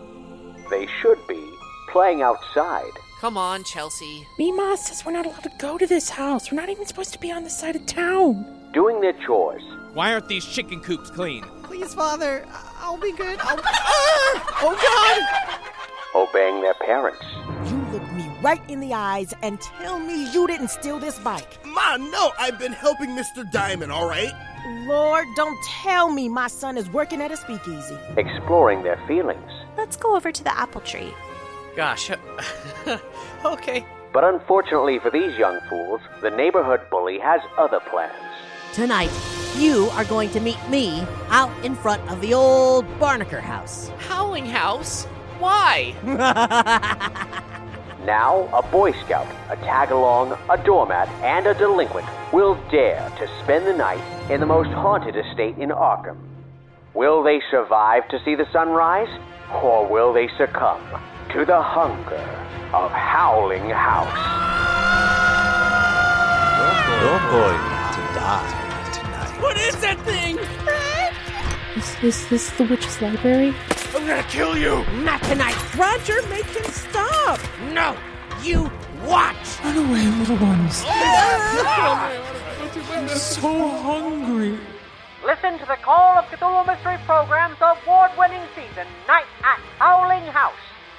Speaker 12: They should be playing outside.
Speaker 22: Come on, Chelsea.
Speaker 18: Mima says we're not allowed to go to this house. We're not even supposed to be on this side of town.
Speaker 12: Doing their chores.
Speaker 23: Why aren't these chicken coops clean?
Speaker 13: Please, Father, I- I'll be good. I'll... Ah! Oh, God!
Speaker 12: Obeying their parents.
Speaker 13: You look me right in the eyes and tell me you didn't steal this bike.
Speaker 3: Ma, no, I've been helping Mr. Diamond, all right?
Speaker 13: Lord, don't tell me my son is working at a speakeasy.
Speaker 12: Exploring their feelings.
Speaker 13: Let's go over to the apple tree.
Speaker 22: Gosh. okay.
Speaker 12: But unfortunately for these young fools, the neighborhood bully has other plans.
Speaker 4: Tonight, you are going to meet me out in front of the old Barnaker house.
Speaker 22: Howling House? Why?
Speaker 12: Now, a Boy Scout, a tag along, a doormat, and a delinquent will dare to spend the night in the most haunted estate in Arkham. Will they survive to see the sunrise, or will they succumb to the hunger of Howling House?
Speaker 1: You're going to die tonight.
Speaker 22: What is that thing?
Speaker 18: Is, is this the witch's library?
Speaker 3: I'm gonna kill you!
Speaker 13: Not tonight. Roger, make him stop.
Speaker 3: No! You watch!
Speaker 18: Run away, little ones.
Speaker 13: Ah!
Speaker 3: I'm
Speaker 18: so hungry.
Speaker 19: Listen to the Call of Cthulhu Mystery Program's award winning season, Night at Howling House.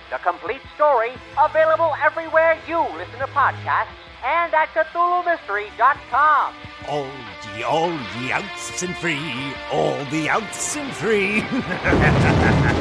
Speaker 19: The complete story available everywhere you listen to podcasts and at CthulhuMystery.com.
Speaker 1: All ye, all ye outs and free, all the outs and free.